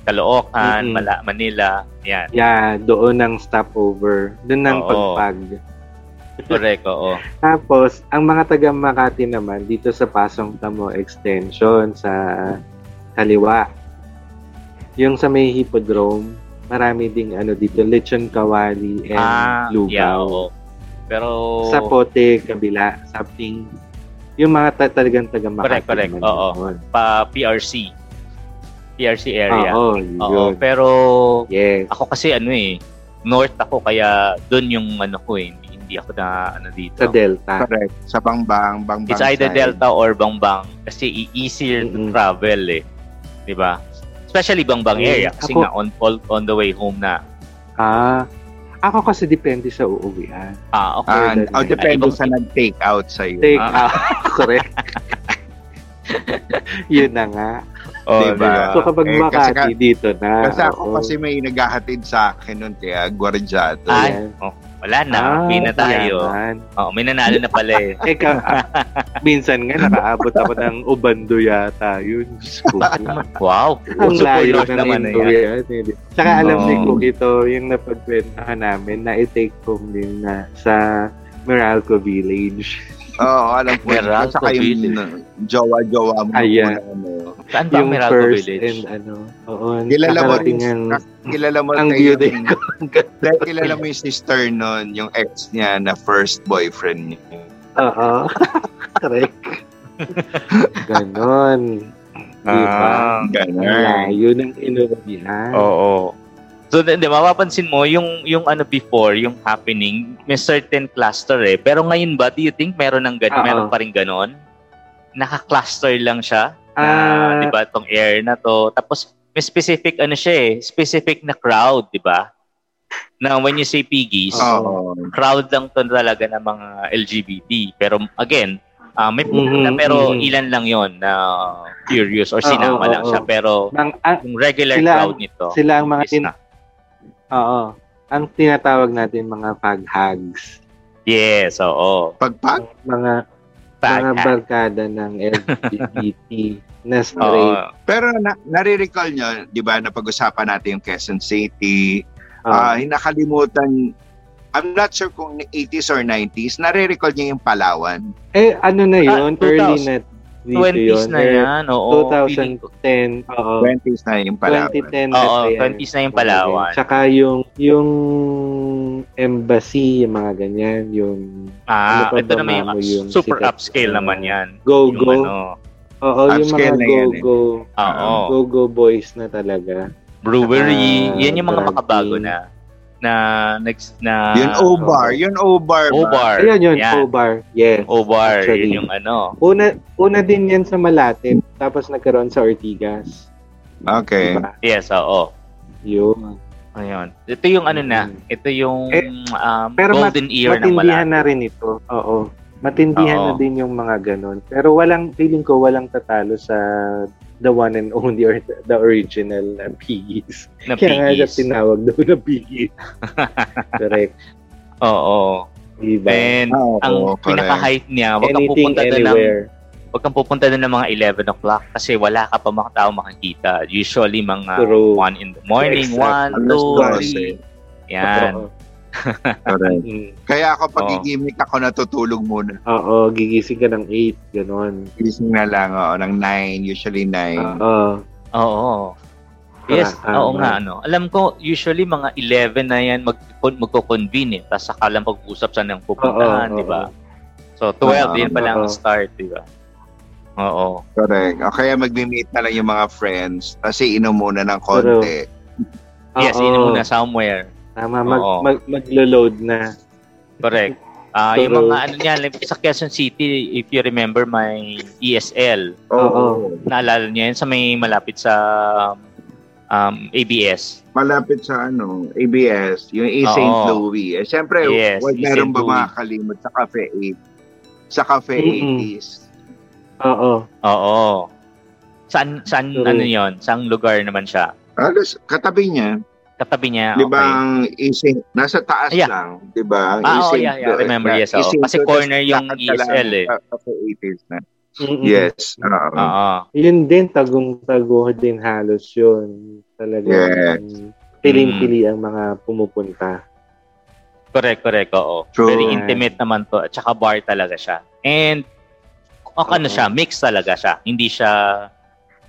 [SPEAKER 1] Caloocan,
[SPEAKER 3] Mm-mm.
[SPEAKER 1] Mala- Manila, yan.
[SPEAKER 3] Yeah, doon ang stopover. Doon ang
[SPEAKER 1] Oo.
[SPEAKER 3] pagpag.
[SPEAKER 1] Correct, oo.
[SPEAKER 3] Tapos, ang mga taga Makati naman dito sa Pasong Tamo Extension sa kaliwa. Yung sa may Hippodrome, marami ding ano dito, Lechon Kawali and
[SPEAKER 1] Ah, yeah, Oh.
[SPEAKER 3] Lugaw.
[SPEAKER 1] oo. Pero,
[SPEAKER 3] Sa Pote, kabila, something. Yung mga ta- talagang taga
[SPEAKER 1] Correct,
[SPEAKER 3] Makati
[SPEAKER 1] correct.
[SPEAKER 3] naman.
[SPEAKER 1] Oo.
[SPEAKER 3] yun.
[SPEAKER 1] pa PRC. PRC area.
[SPEAKER 3] Ah, Oo,
[SPEAKER 1] oo,
[SPEAKER 3] yun.
[SPEAKER 1] pero
[SPEAKER 3] Yes.
[SPEAKER 1] ako kasi ano eh, north ako kaya doon yung ano ko eh, hindi, hindi ako na ano dito.
[SPEAKER 3] Sa Delta.
[SPEAKER 2] Correct. Sa Bangbang, Bangbang
[SPEAKER 1] It's either
[SPEAKER 2] side.
[SPEAKER 1] Delta or Bangbang kasi e- easier to
[SPEAKER 3] Mm-mm.
[SPEAKER 1] travel eh. 'Di ba? Especially Bangbang
[SPEAKER 3] Mm,
[SPEAKER 1] area kasi
[SPEAKER 3] ako-
[SPEAKER 1] nga on, on on the way home na.
[SPEAKER 3] Ah, ako kasi depende sa uuwian.
[SPEAKER 1] Ah, okay.
[SPEAKER 2] Ah,
[SPEAKER 3] Correct.
[SPEAKER 2] oh, depende
[SPEAKER 1] Ah, ibang-
[SPEAKER 2] sa nag-take out sa'yo.
[SPEAKER 3] Take
[SPEAKER 1] Ah.
[SPEAKER 3] out. correct. yun na nga.
[SPEAKER 1] Oh,
[SPEAKER 2] diba?
[SPEAKER 1] diba?
[SPEAKER 3] So kapag
[SPEAKER 2] Eh, kasi
[SPEAKER 3] Makati, dito na.
[SPEAKER 2] Kasi ako
[SPEAKER 3] Oo.
[SPEAKER 2] kasi may naghahatid sa akin nun kaya Guardiato.
[SPEAKER 1] Ah,
[SPEAKER 3] Ayan.
[SPEAKER 1] Wala na,
[SPEAKER 3] Ah,
[SPEAKER 1] may na tayo.
[SPEAKER 3] yaman.
[SPEAKER 1] Oo, may nanalo na pala eh.
[SPEAKER 3] Ikaw, ah, minsan nga nakaabot ako ng ubando yata. Yun. Diyos ko.
[SPEAKER 1] Wow.
[SPEAKER 3] Ang
[SPEAKER 1] super
[SPEAKER 3] layo
[SPEAKER 1] north
[SPEAKER 3] ng
[SPEAKER 1] naman na
[SPEAKER 3] Indo
[SPEAKER 1] yan.
[SPEAKER 3] yan. eh, di- Tsaka alam
[SPEAKER 2] Oo.
[SPEAKER 3] ni Cook ito, yung napagkwentuhan namin, na i-take home din na sa Meralco Village.
[SPEAKER 2] Oo, alam ko.
[SPEAKER 1] Meralco
[SPEAKER 2] Saka yung jowa-jowa mo.
[SPEAKER 3] Ayan.
[SPEAKER 2] Ano,
[SPEAKER 1] Saan ba ang
[SPEAKER 3] yung
[SPEAKER 1] Meralco
[SPEAKER 3] first and
[SPEAKER 1] Village?
[SPEAKER 3] ano. Oo,
[SPEAKER 2] Kilala mo
[SPEAKER 3] nakarating ang-
[SPEAKER 2] kilala mo
[SPEAKER 3] Ang
[SPEAKER 2] tayo
[SPEAKER 3] view din
[SPEAKER 2] yung- Dahil kilala mo yung sister nun, yung ex niya na first boyfriend niya.
[SPEAKER 3] Oo. Correct. Ganon.
[SPEAKER 2] Ah.
[SPEAKER 3] Diba? Ang
[SPEAKER 2] Ganun.
[SPEAKER 3] layo ng inuubihan.
[SPEAKER 1] Ah, Oh, Oo. So, di di ba, mapapansin mo, yung, yung ano before, yung happening, may certain cluster eh. Pero ngayon ba, do you think meron ng gan
[SPEAKER 3] Oo.
[SPEAKER 1] meron pa rin ganon? Naka-cluster lang siya. Na,
[SPEAKER 3] Ah.
[SPEAKER 1] di ba, tong air na to. Tapos, may specific ano siya eh, specific na crowd, di ba? Na when you say piggies,
[SPEAKER 3] Ah.
[SPEAKER 2] Oo.
[SPEAKER 1] crowd lang to talaga ng mga LGBT. Pero again, ah, may
[SPEAKER 3] Mhm,
[SPEAKER 1] na, pero
[SPEAKER 3] mhm.
[SPEAKER 1] ilan lang yon na curious or
[SPEAKER 3] Oo,
[SPEAKER 1] sinama
[SPEAKER 3] oo,
[SPEAKER 1] lang siya.
[SPEAKER 3] oo.
[SPEAKER 1] Pero
[SPEAKER 3] Ang- ang-
[SPEAKER 1] yung regular
[SPEAKER 3] Ah, Sila-
[SPEAKER 1] crowd nito,
[SPEAKER 3] sila ang mga
[SPEAKER 1] is
[SPEAKER 3] tin-
[SPEAKER 1] Oh, na.
[SPEAKER 3] Oo. Ang tinatawag natin mga faghags.
[SPEAKER 1] Yes, oo.
[SPEAKER 2] Pagpag?
[SPEAKER 3] Mga mga
[SPEAKER 1] Bad
[SPEAKER 3] barkada ng LGBT na
[SPEAKER 1] Oo.
[SPEAKER 3] straight.
[SPEAKER 2] Pero na, nare-recall nyo, di ba, napag-usapan natin yung Quezon City. Ah,
[SPEAKER 3] Oo.
[SPEAKER 2] hinakalimutan, I'm not sure kung 80s or 90s, nare-recall niya yung Palawan.
[SPEAKER 3] eh, ano na
[SPEAKER 1] Ah,
[SPEAKER 3] yun?
[SPEAKER 1] 2000.
[SPEAKER 3] early na dito
[SPEAKER 1] 20s
[SPEAKER 3] yun.
[SPEAKER 1] na
[SPEAKER 3] Eh,
[SPEAKER 1] yan, oo. Feeling ko-
[SPEAKER 3] 2010. Oo.
[SPEAKER 2] 20s na yung Palawan.
[SPEAKER 3] 2010 na
[SPEAKER 1] Oo,
[SPEAKER 3] siya.
[SPEAKER 1] 20s na yung Palawan.
[SPEAKER 3] Tsaka yung, yung embassy, yung mga ganyan, yung
[SPEAKER 1] Ah,
[SPEAKER 3] Ano pa
[SPEAKER 1] ito
[SPEAKER 3] ba,
[SPEAKER 1] naman yung,
[SPEAKER 3] mamo,
[SPEAKER 1] ups-
[SPEAKER 3] yung
[SPEAKER 1] super
[SPEAKER 3] sikat
[SPEAKER 1] upscale
[SPEAKER 3] na-
[SPEAKER 1] naman yan. Yung
[SPEAKER 3] go-go.
[SPEAKER 1] ano,
[SPEAKER 3] Oo, yung mga
[SPEAKER 2] Upscale na yan eh.
[SPEAKER 3] go-go.
[SPEAKER 1] oo.
[SPEAKER 3] Go-go boys na talaga.
[SPEAKER 1] Brewery,
[SPEAKER 3] Ah,
[SPEAKER 1] yan yung mga
[SPEAKER 3] branding.
[SPEAKER 1] makabago na na next na
[SPEAKER 2] Yun O-Bar,
[SPEAKER 3] oo.
[SPEAKER 2] yun O-Bar. ba?
[SPEAKER 1] Ah, Obar.
[SPEAKER 3] Ayun yun,
[SPEAKER 1] Yan,
[SPEAKER 3] O-Bar. Yes.
[SPEAKER 1] Obar,
[SPEAKER 3] Actually.
[SPEAKER 1] yun yung ano.
[SPEAKER 3] Una, una din yan sa Malate, tapos nagkaroon sa Ortigas.
[SPEAKER 2] Okay.
[SPEAKER 3] Diba?
[SPEAKER 1] Yes, oo.
[SPEAKER 3] Yun.
[SPEAKER 1] Ayun. Ito yung ano na, ito yung
[SPEAKER 3] Eh,
[SPEAKER 1] um,
[SPEAKER 3] pero mat-
[SPEAKER 1] golden year ng
[SPEAKER 3] Matindihan
[SPEAKER 1] Malate.
[SPEAKER 3] na rin ito. Oo. Matindihan
[SPEAKER 1] Oo.
[SPEAKER 3] na din yung mga ganun. Pero walang, feeling ko, walang tatalo sa the one and only or the original na Piggies.
[SPEAKER 1] na E
[SPEAKER 3] Kaya nga siya
[SPEAKER 1] piggies.
[SPEAKER 3] tinawag doon na Piggies. Correct.
[SPEAKER 1] Oo.
[SPEAKER 3] Diba?
[SPEAKER 1] And
[SPEAKER 2] Oo,
[SPEAKER 1] ang
[SPEAKER 2] correct.
[SPEAKER 1] pinaka-hype niya, wag kang Eh,
[SPEAKER 3] Anything,
[SPEAKER 1] pupunta doon ng
[SPEAKER 3] anywhere.
[SPEAKER 1] wag kang pupunta doon ng mga 11 o'clock kasi wala ka pa mga tao makikita. Usually mga
[SPEAKER 3] True.
[SPEAKER 1] 1 in the morning,
[SPEAKER 3] Exactly.
[SPEAKER 1] 1,
[SPEAKER 2] Alas eh.
[SPEAKER 1] 2, 3. Yan.
[SPEAKER 3] Oo.
[SPEAKER 2] Correct.
[SPEAKER 3] Mm.
[SPEAKER 2] Kaya ako pagigimik ako natutulog muna.
[SPEAKER 3] Oo, gigising ka ng 8, ganun.
[SPEAKER 2] Gising na lang, oo, ng 9, usually 9.
[SPEAKER 3] Oo.
[SPEAKER 1] Oo. Yes,
[SPEAKER 3] Tama.
[SPEAKER 1] oo nga ano. Alam ko usually mga 11 na yan mag magko-convene eh. Tapos saka lang pag-usap sa nang pupuntahan,
[SPEAKER 3] Oo, oo,
[SPEAKER 1] di ba? So 12 yan pala ang
[SPEAKER 3] oo.
[SPEAKER 1] start, di ba? Oo.
[SPEAKER 2] Correct. O kaya magmi-meet na lang yung mga friends. Kasi inom muna ng konti.
[SPEAKER 1] Yes,
[SPEAKER 3] Oo.
[SPEAKER 1] yun muna somewhere.
[SPEAKER 3] Tama, mag,
[SPEAKER 1] Oo.
[SPEAKER 3] mag, maglo-load na.
[SPEAKER 1] Correct. Ah, yung
[SPEAKER 3] True.
[SPEAKER 1] mga ano niyan, like, sa Quezon City, if you remember may ESL,
[SPEAKER 3] Oo.
[SPEAKER 1] naalala niyo yun sa may malapit sa um, um, ABS.
[SPEAKER 2] Malapit sa ano, ABS, yung E.
[SPEAKER 1] Oo.
[SPEAKER 2] St. Louis. Eh, Siyempre,
[SPEAKER 1] Yes,
[SPEAKER 2] wag
[SPEAKER 1] E.
[SPEAKER 2] meron
[SPEAKER 1] St.
[SPEAKER 2] ba
[SPEAKER 1] Louis.
[SPEAKER 2] makakalimot sa Cafe 8? Sa Cafe
[SPEAKER 3] Mm-mm.
[SPEAKER 2] 80s.
[SPEAKER 3] Oo.
[SPEAKER 1] Oo. Saan saan
[SPEAKER 3] True.
[SPEAKER 1] ano 'yon? Saang lugar naman siya?
[SPEAKER 2] Alas, katabi niya.
[SPEAKER 1] Katabi niya.
[SPEAKER 2] Di ba
[SPEAKER 1] Ah, okay.
[SPEAKER 2] ang E. St. Nasa taas
[SPEAKER 1] Yeah.
[SPEAKER 2] lang. Di
[SPEAKER 1] Ah,
[SPEAKER 2] ba? E.
[SPEAKER 1] oh,
[SPEAKER 2] St.
[SPEAKER 1] yeah, yeah.
[SPEAKER 2] Louis
[SPEAKER 1] Remember,
[SPEAKER 2] na.
[SPEAKER 1] yes,
[SPEAKER 2] E.
[SPEAKER 1] oo.
[SPEAKER 2] St.
[SPEAKER 1] Kasi
[SPEAKER 2] Louis,
[SPEAKER 1] corner yung
[SPEAKER 2] lakad ka lang
[SPEAKER 1] ESL eh. Mm-hmm. Ah, oh.
[SPEAKER 2] sa Cafe 80s na.
[SPEAKER 3] Mm-mm.
[SPEAKER 2] Yes. ah, oo.
[SPEAKER 1] Oo.
[SPEAKER 3] Yun din, tagong-tago din halos yun. Talaga.
[SPEAKER 2] Yes.
[SPEAKER 1] Mm.
[SPEAKER 3] Piling-pili ang mga pumupunta.
[SPEAKER 1] Correct, correct, oo.
[SPEAKER 2] True.
[SPEAKER 1] Very intimate naman to. At saka bar talaga siya. And, o, ano
[SPEAKER 3] Oo.
[SPEAKER 1] siya, mix talaga siya. Hindi siya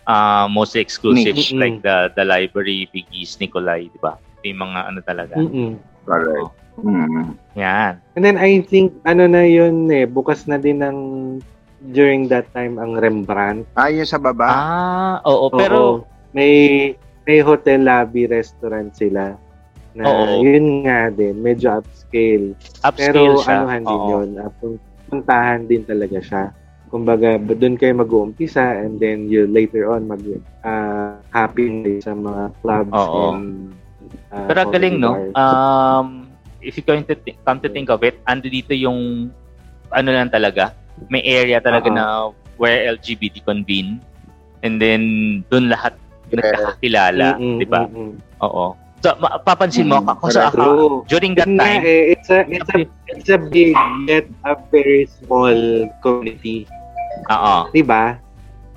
[SPEAKER 1] ah, mostly exclusive
[SPEAKER 3] Mix.
[SPEAKER 1] like the the library, Piggies, Nicolay, di ba? Yung mga ano talaga.
[SPEAKER 3] Mm-mm.
[SPEAKER 2] Correct. Mm.
[SPEAKER 1] Yan.
[SPEAKER 3] And then I think, ano na yun eh, bukas na din ng during that time ang Rembrandt.
[SPEAKER 2] Ah, yung sa baba?
[SPEAKER 1] Ah, oo.
[SPEAKER 3] Oo.
[SPEAKER 1] Pero,
[SPEAKER 3] may may hotel lobby restaurant sila. Na,
[SPEAKER 1] Oo.
[SPEAKER 3] Yun nga din, medyo upscale.
[SPEAKER 1] upscale
[SPEAKER 3] Pero
[SPEAKER 1] siya.
[SPEAKER 3] anuhan din
[SPEAKER 1] Oo.
[SPEAKER 3] yun. ah, pun- Puntahan din talaga siya. Kumbaga, ba- doon kayo mag-uumpisa and then you later on mag ah, happy kayo sa mga clubs
[SPEAKER 1] Oo.
[SPEAKER 3] and ah,
[SPEAKER 1] Pero ang galing, no?
[SPEAKER 3] coffee bars.
[SPEAKER 1] Um, if you going to thi- come to think of it, ando dito yung, ano lang talaga, may area talaga
[SPEAKER 3] Oo.
[SPEAKER 1] na where LGBT convene. And then, dun lahat nagkakakilala,
[SPEAKER 3] Mm-mm,
[SPEAKER 1] di ba?
[SPEAKER 3] mm-mm.
[SPEAKER 1] Oo. So, ma- papansin mo,
[SPEAKER 2] Mm,
[SPEAKER 1] ka- kung sa
[SPEAKER 2] correct.
[SPEAKER 1] ako,
[SPEAKER 3] True.
[SPEAKER 1] during that
[SPEAKER 3] Yun nga
[SPEAKER 1] time,
[SPEAKER 3] eh, it's a, it's a, it's a big yet a very small community.
[SPEAKER 1] oo,
[SPEAKER 3] Di ba?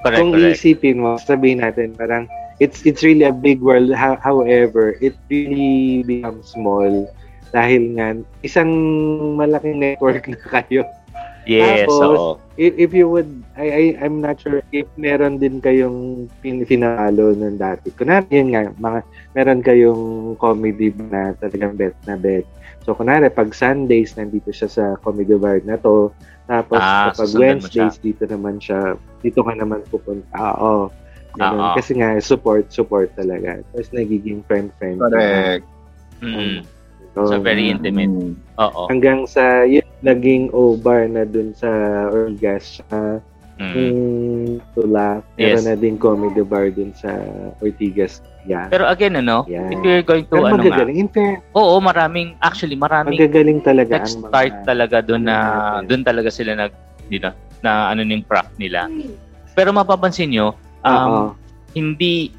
[SPEAKER 1] correct,
[SPEAKER 3] kung
[SPEAKER 1] correct.
[SPEAKER 3] isipin mo, sabihin natin parang it's it's really a big world. Ho- however, it really becomes small dahil nga isang malaking network na kayo.
[SPEAKER 1] Yes,
[SPEAKER 3] Tapos,
[SPEAKER 1] oo.
[SPEAKER 3] If, if you would, I, I, I'm not sure if meron din kayong pin, pinalo nun dati. Kunwari, yun nga, mga, meron kayong comedy bar na talagang bet na bet. So, kunwari, pag Sundays, nandito siya sa comedy bar na to. Tapos,
[SPEAKER 1] Ah,
[SPEAKER 3] kapag
[SPEAKER 1] susundan mo siya.
[SPEAKER 3] Wednesdays, dito naman siya, dito ka naman pupunta. Ah, Oo. Ganun.
[SPEAKER 1] Oo.
[SPEAKER 3] Kasi nga, support, support talaga. Tapos, nagiging friend-friend.
[SPEAKER 2] Correct.
[SPEAKER 1] Mm,
[SPEAKER 3] So,
[SPEAKER 1] So, very intimate.
[SPEAKER 2] Mm.
[SPEAKER 1] Oo.
[SPEAKER 3] Hanggang sa, yun, naging O-bar na dun sa Orgas. ah,
[SPEAKER 1] Mm.
[SPEAKER 3] Mm, tula.
[SPEAKER 1] Yes.
[SPEAKER 3] Meron na din comedy bar dun sa Ortigas. Yeah.
[SPEAKER 1] Pero again, ano,
[SPEAKER 3] Yeah.
[SPEAKER 1] if you're going to,
[SPEAKER 3] Pero
[SPEAKER 1] ano nga,
[SPEAKER 3] magagaling. In fair,
[SPEAKER 1] oo, maraming, actually, maraming
[SPEAKER 3] magagaling talaga ang ano mga...
[SPEAKER 1] nag-start talaga doon na
[SPEAKER 3] Ano natin.
[SPEAKER 1] doon talaga sila nag you know, na ano yung crack nila. Pero mapapansin nyo, um,
[SPEAKER 3] Oo.
[SPEAKER 1] hindi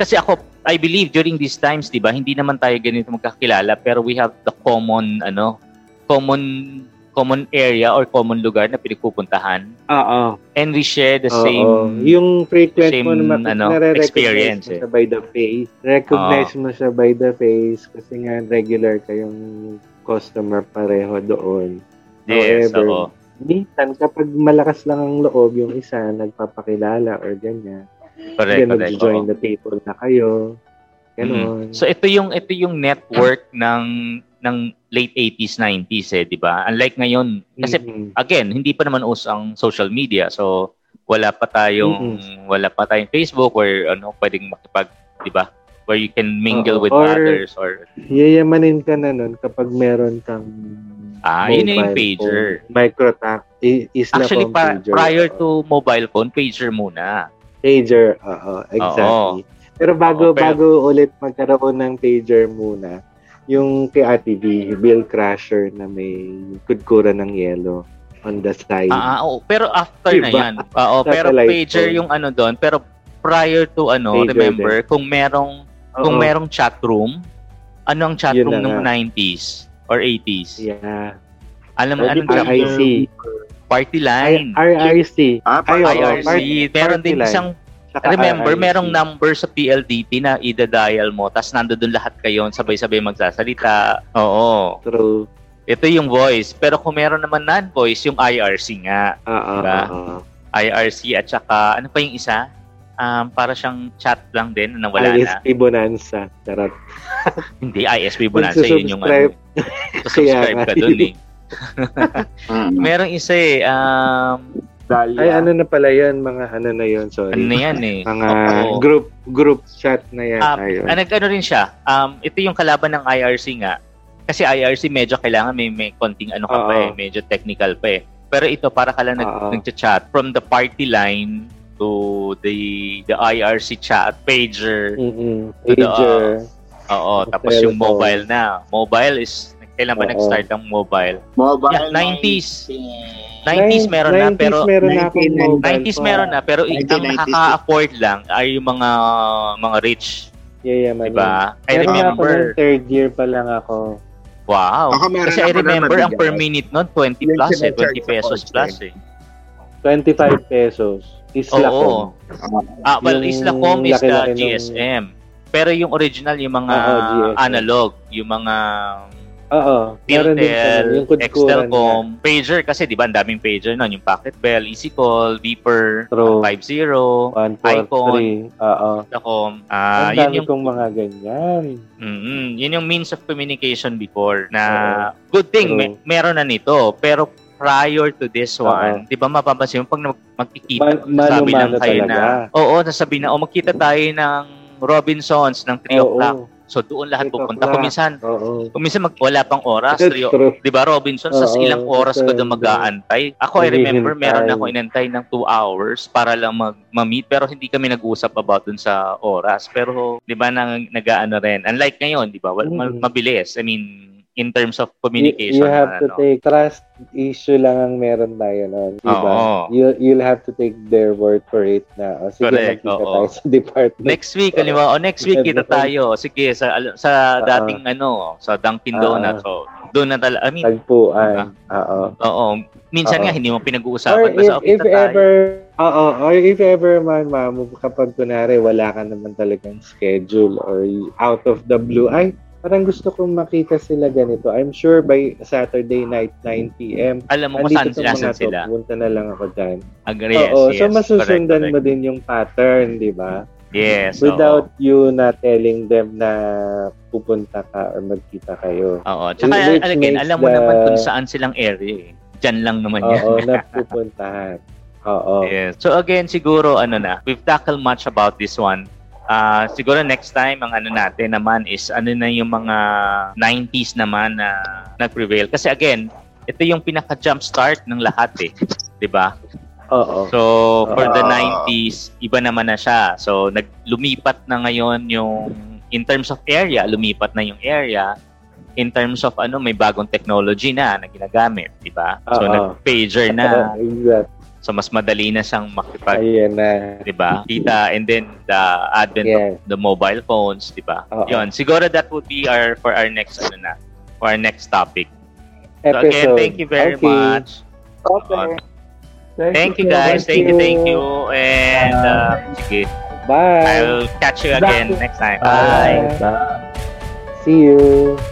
[SPEAKER 1] kasi ako I believe during these times, 'di ba, hindi naman tayo ganito magkakilala pero we have the common ano, common common area or common lugar na pinagpupuntahan
[SPEAKER 3] Oo.
[SPEAKER 1] and we share the
[SPEAKER 3] Oo.
[SPEAKER 1] same
[SPEAKER 3] Yung frequent
[SPEAKER 1] same,
[SPEAKER 3] mo na makik-
[SPEAKER 1] ano,
[SPEAKER 3] nare-recognize
[SPEAKER 1] experience,
[SPEAKER 3] mo
[SPEAKER 1] eh.
[SPEAKER 3] siya by the face. Recognize mo siya by the face kasi nga regular kayong customer pareho doon.
[SPEAKER 1] yes, oo.
[SPEAKER 3] However, Minsan, kapag malakas lang ang loob yung isa, nagpapakilala or ganyan.
[SPEAKER 1] Correct,
[SPEAKER 3] Then,
[SPEAKER 1] correct. oo.
[SPEAKER 3] join the table na kayo. Ganon.
[SPEAKER 1] Mm. So ito yung ito yung network ng ng late 80s 90s eh, 'di ba? Unlike ngayon kasi
[SPEAKER 3] Mhm.
[SPEAKER 1] again, hindi pa naman uso ang social media. So wala pa tayong wala pa tayong Facebook where ano pwedeng makipag, 'di ba? Where you can mingle
[SPEAKER 3] Oo,
[SPEAKER 1] with
[SPEAKER 3] or-
[SPEAKER 1] others or
[SPEAKER 3] Yayamanin ka na nun kapag meron kang
[SPEAKER 1] ah, yun na yung
[SPEAKER 3] mobile
[SPEAKER 1] pager.
[SPEAKER 3] phone. Microtac. I- isla
[SPEAKER 1] Actually pa,
[SPEAKER 3] pang pager.
[SPEAKER 1] prior to mobile phone, pager muna.
[SPEAKER 3] Pager, oo, exactly. Pero bago
[SPEAKER 1] Oo, pero-
[SPEAKER 3] bago ulit magkaroon ng pager muna, yung kay Ate V, Bill Crusher na may kudkura ng yelo. on the side.
[SPEAKER 1] Ah, ah, oo. pero after na
[SPEAKER 3] Diba?
[SPEAKER 1] 'yan. Oo, pero
[SPEAKER 3] Satellite
[SPEAKER 1] pager
[SPEAKER 3] phone.
[SPEAKER 1] yung ano doon, pero prior to ano,
[SPEAKER 3] Pager
[SPEAKER 1] remember kung merong ah, kung
[SPEAKER 3] Oo.
[SPEAKER 1] merong chat room, ano ang chat
[SPEAKER 3] Yun
[SPEAKER 1] room
[SPEAKER 3] na
[SPEAKER 1] nung
[SPEAKER 3] nga.
[SPEAKER 1] 90s or 80s?
[SPEAKER 3] Yeah.
[SPEAKER 1] Alam mo
[SPEAKER 3] Or
[SPEAKER 1] anong
[SPEAKER 3] di
[SPEAKER 1] chat room?
[SPEAKER 3] RIC.
[SPEAKER 1] Party line.
[SPEAKER 3] RIC.
[SPEAKER 2] Ah,
[SPEAKER 3] Ay, oo.
[SPEAKER 1] IRC.
[SPEAKER 3] Party- Ah,
[SPEAKER 1] meron
[SPEAKER 3] party
[SPEAKER 1] din
[SPEAKER 3] line.
[SPEAKER 1] isang
[SPEAKER 3] Saka
[SPEAKER 1] Remember,
[SPEAKER 3] RIC.
[SPEAKER 1] merong number sa PLDT na ida-dial mo, tapos nandoon lahat kayo, sabay-sabay magsasalita. Oo.
[SPEAKER 3] True.
[SPEAKER 1] Ito yung voice. Pero kung meron naman non-voice, yung IRC nga.
[SPEAKER 3] Oo.
[SPEAKER 1] Diba?
[SPEAKER 3] oo.
[SPEAKER 1] IRC at saka, ano pa yung isa? Um, para siyang chat lang din na wala na.
[SPEAKER 3] ISP Bonanza. Charot.
[SPEAKER 1] Hindi, ISP Bonanza, yun yung ano.
[SPEAKER 3] Magsusubscribe.
[SPEAKER 1] Subscribe
[SPEAKER 3] Kaya nga.
[SPEAKER 1] ka dun eh.
[SPEAKER 2] Mm.
[SPEAKER 1] Merong isa eh, um,
[SPEAKER 2] Dahlia.
[SPEAKER 3] Ay, ano na pala yun? Mga ano na yun, sorry.
[SPEAKER 1] ano na yan eh.
[SPEAKER 3] Mga
[SPEAKER 1] Oo.
[SPEAKER 3] group group chat na yan.
[SPEAKER 1] Ah,
[SPEAKER 3] Ayun.
[SPEAKER 1] Ah, nag-ano rin siya. Um, ito yung kalaban ng IRC nga. Kasi IRC medyo kailangan may, may konting ano ka pa
[SPEAKER 3] Oo.
[SPEAKER 1] eh, medyo technical pa eh. Pero ito para ka lang nag,
[SPEAKER 3] Oo.
[SPEAKER 1] nagcha-chat from the party line to the the IRC chat pager.
[SPEAKER 3] Mm-mm.
[SPEAKER 1] to the,
[SPEAKER 3] Pager.
[SPEAKER 1] Oo, tapos yung
[SPEAKER 3] Telephone.
[SPEAKER 1] mobile na. Mobile is kailan ba
[SPEAKER 3] Oo.
[SPEAKER 1] nag-start ang mobile?
[SPEAKER 2] Mobile
[SPEAKER 1] Yeah, 90s. 90s
[SPEAKER 3] Nine-
[SPEAKER 1] meron na
[SPEAKER 3] 90s
[SPEAKER 1] pero
[SPEAKER 3] meron na akong
[SPEAKER 2] 1990s
[SPEAKER 3] mobile
[SPEAKER 1] 90s
[SPEAKER 3] phone.
[SPEAKER 1] meron na pero ang
[SPEAKER 2] 1990s.
[SPEAKER 1] nakaka-afford lang ay yung mga mga rich,
[SPEAKER 3] Yayaman
[SPEAKER 1] 'di
[SPEAKER 3] yun.
[SPEAKER 1] ba? Diba? I
[SPEAKER 3] Meron nga ako
[SPEAKER 1] remember
[SPEAKER 3] nung third year pa lang ako.
[SPEAKER 1] Wow.
[SPEAKER 2] Ako meron
[SPEAKER 1] Kasi
[SPEAKER 2] ako
[SPEAKER 1] I
[SPEAKER 2] na
[SPEAKER 1] remember ang per
[SPEAKER 2] mabigat.
[SPEAKER 1] minute nun, 20
[SPEAKER 2] Yung
[SPEAKER 1] plus eh, 20
[SPEAKER 2] sinacharge sa
[SPEAKER 1] pesos
[SPEAKER 2] kotse.
[SPEAKER 1] plus eh.
[SPEAKER 3] 25 pesos. Isla
[SPEAKER 1] Oo.
[SPEAKER 3] ko.
[SPEAKER 1] Ah, well,
[SPEAKER 3] Yung
[SPEAKER 1] Islacom is the
[SPEAKER 3] laki-laki nung-
[SPEAKER 1] GSM. Pero yung original, yung mga
[SPEAKER 3] Oo, GSM.
[SPEAKER 1] analog, yung mga
[SPEAKER 3] Oo. Meron din
[SPEAKER 1] Piltel,
[SPEAKER 3] kami. Yung kudkuran na.
[SPEAKER 1] Extelcom, pager kasi, di ba, ang daming pager nun. Yung Pocket Bell, EasyCall, Beeper,
[SPEAKER 3] True.
[SPEAKER 1] 50,
[SPEAKER 3] 1,
[SPEAKER 1] Icon.
[SPEAKER 3] 4, 3. Oo.
[SPEAKER 1] Islacom. Ah,
[SPEAKER 3] Ang
[SPEAKER 1] yun
[SPEAKER 3] dami
[SPEAKER 1] yung
[SPEAKER 3] kong mga ganyan.
[SPEAKER 1] Mm, yun yung means of communication before na good thing
[SPEAKER 3] True.
[SPEAKER 1] may, meron na nito pero prior to this
[SPEAKER 3] Oo.
[SPEAKER 1] one, 'di ba mapapansin mo pag mag- magkikita,
[SPEAKER 3] Ma- mano-mano
[SPEAKER 1] sabi lang kayo na.
[SPEAKER 3] talaga.
[SPEAKER 1] Oo, nasabi na, o magkita tayo ng Robinsons ng 3
[SPEAKER 3] Oo.
[SPEAKER 1] o'clock. So doon lahat
[SPEAKER 3] Three
[SPEAKER 1] pupunta.
[SPEAKER 3] o'clock.
[SPEAKER 1] Kung minsan,
[SPEAKER 3] Oo.
[SPEAKER 1] kung minsan mag, wala pang oras, 3 o-
[SPEAKER 3] True.
[SPEAKER 1] 'di ba Robinsons, sa
[SPEAKER 3] Oo,
[SPEAKER 1] ilang oras ka doon
[SPEAKER 3] kasi-
[SPEAKER 1] mag-aantay. Ako I remember
[SPEAKER 3] Hinihintay.
[SPEAKER 1] meron ako inantay ng 2 hours para lang mag ma-meet pero hindi kami nag-usap about dun sa oras. Pero 'di ba nang nag-aano rin. Unlike ngayon, 'di ba? Wal- ma-
[SPEAKER 3] Mm.
[SPEAKER 1] Mabilis. I mean, in terms of
[SPEAKER 3] You,
[SPEAKER 1] communication.
[SPEAKER 3] you have to
[SPEAKER 1] ano.
[SPEAKER 3] take trust issue lang ang meron tayo noon. Diba?
[SPEAKER 1] Oo.
[SPEAKER 3] You, you'll have to take their word for it na. O, sige,
[SPEAKER 1] Correct,
[SPEAKER 3] magkita
[SPEAKER 1] oo.
[SPEAKER 3] tayo sa department.
[SPEAKER 1] Next week, halimbawa, o next week kita tayo. Sige, sa al- sa
[SPEAKER 3] Oo.
[SPEAKER 1] dating ano, sa Dunkin
[SPEAKER 3] Oo.
[SPEAKER 1] Donuts. So, doon na talaga. I mean, Ah,
[SPEAKER 3] Tagpuan. Oo.
[SPEAKER 1] oo. Minsan
[SPEAKER 3] Oo.
[SPEAKER 1] nga, hindi mo
[SPEAKER 3] uh-huh. Or
[SPEAKER 1] pinag-uusapan.
[SPEAKER 3] if,
[SPEAKER 1] Basta, okay,
[SPEAKER 3] if
[SPEAKER 1] kita tayo.
[SPEAKER 3] ever, oo, or if ever man, ma'am, kapag kunwari wala ka naman talagang schedule or y- out of the blue, ay, parang gusto kong makita sila ganito. I'm sure by Saturday night, 9 p.m.,
[SPEAKER 1] Alam mo kung
[SPEAKER 3] andito
[SPEAKER 1] saan
[SPEAKER 3] itong
[SPEAKER 1] sila, saan
[SPEAKER 3] to,
[SPEAKER 1] sila.
[SPEAKER 3] punta na lang ako dyan.
[SPEAKER 1] Agree, yes,
[SPEAKER 3] oo,
[SPEAKER 1] yes.
[SPEAKER 3] so masusundan
[SPEAKER 1] correct,
[SPEAKER 3] mo din yung pattern, di ba?
[SPEAKER 1] correct. Yes, oo.
[SPEAKER 3] Without you na telling them na pupunta ka or magkita kayo.
[SPEAKER 1] Oo. Tsaka
[SPEAKER 3] Which
[SPEAKER 1] again,
[SPEAKER 3] makes
[SPEAKER 1] alam mo
[SPEAKER 3] the-
[SPEAKER 1] naman kung saan silang area eh. Diyan lang naman yan.
[SPEAKER 3] Oo, na pupuntahan. Oo.
[SPEAKER 1] Yes. So again, siguro ano na, we've tackled much about this one. Ah, siguro next time ang ano natin naman is ano na yung mga 90s naman na nag-prevail kasi again, ito yung pinaka jump start ng lahat eh, 'di ba?
[SPEAKER 3] Oo.
[SPEAKER 1] So for the
[SPEAKER 2] Ah.
[SPEAKER 1] 90s, iba naman na siya. So naglumipat na ngayon yung in terms of area, lumipat na yung area. In terms of ano, may bagong technology na na ginagamit, 'di ba? So
[SPEAKER 3] Oo.
[SPEAKER 1] nag-pager na.
[SPEAKER 3] Exact.
[SPEAKER 1] So mas madali na siyang makipag,
[SPEAKER 3] Ayan na.
[SPEAKER 1] 'di ba? Kita and then the advent of
[SPEAKER 3] Yes.
[SPEAKER 1] the mobile phones, 'di ba?
[SPEAKER 3] Oo.
[SPEAKER 1] Yun, siguro that would be our for our next ano na, for our next topic. So
[SPEAKER 3] Episode.
[SPEAKER 1] again, thank you very
[SPEAKER 3] Okay.
[SPEAKER 1] much.
[SPEAKER 6] Okay.
[SPEAKER 1] Thank you guys. Thank you, thank you. And uh, sige,
[SPEAKER 3] Bye.
[SPEAKER 1] I'll catch you again next time. Bye.
[SPEAKER 3] Bye. See you.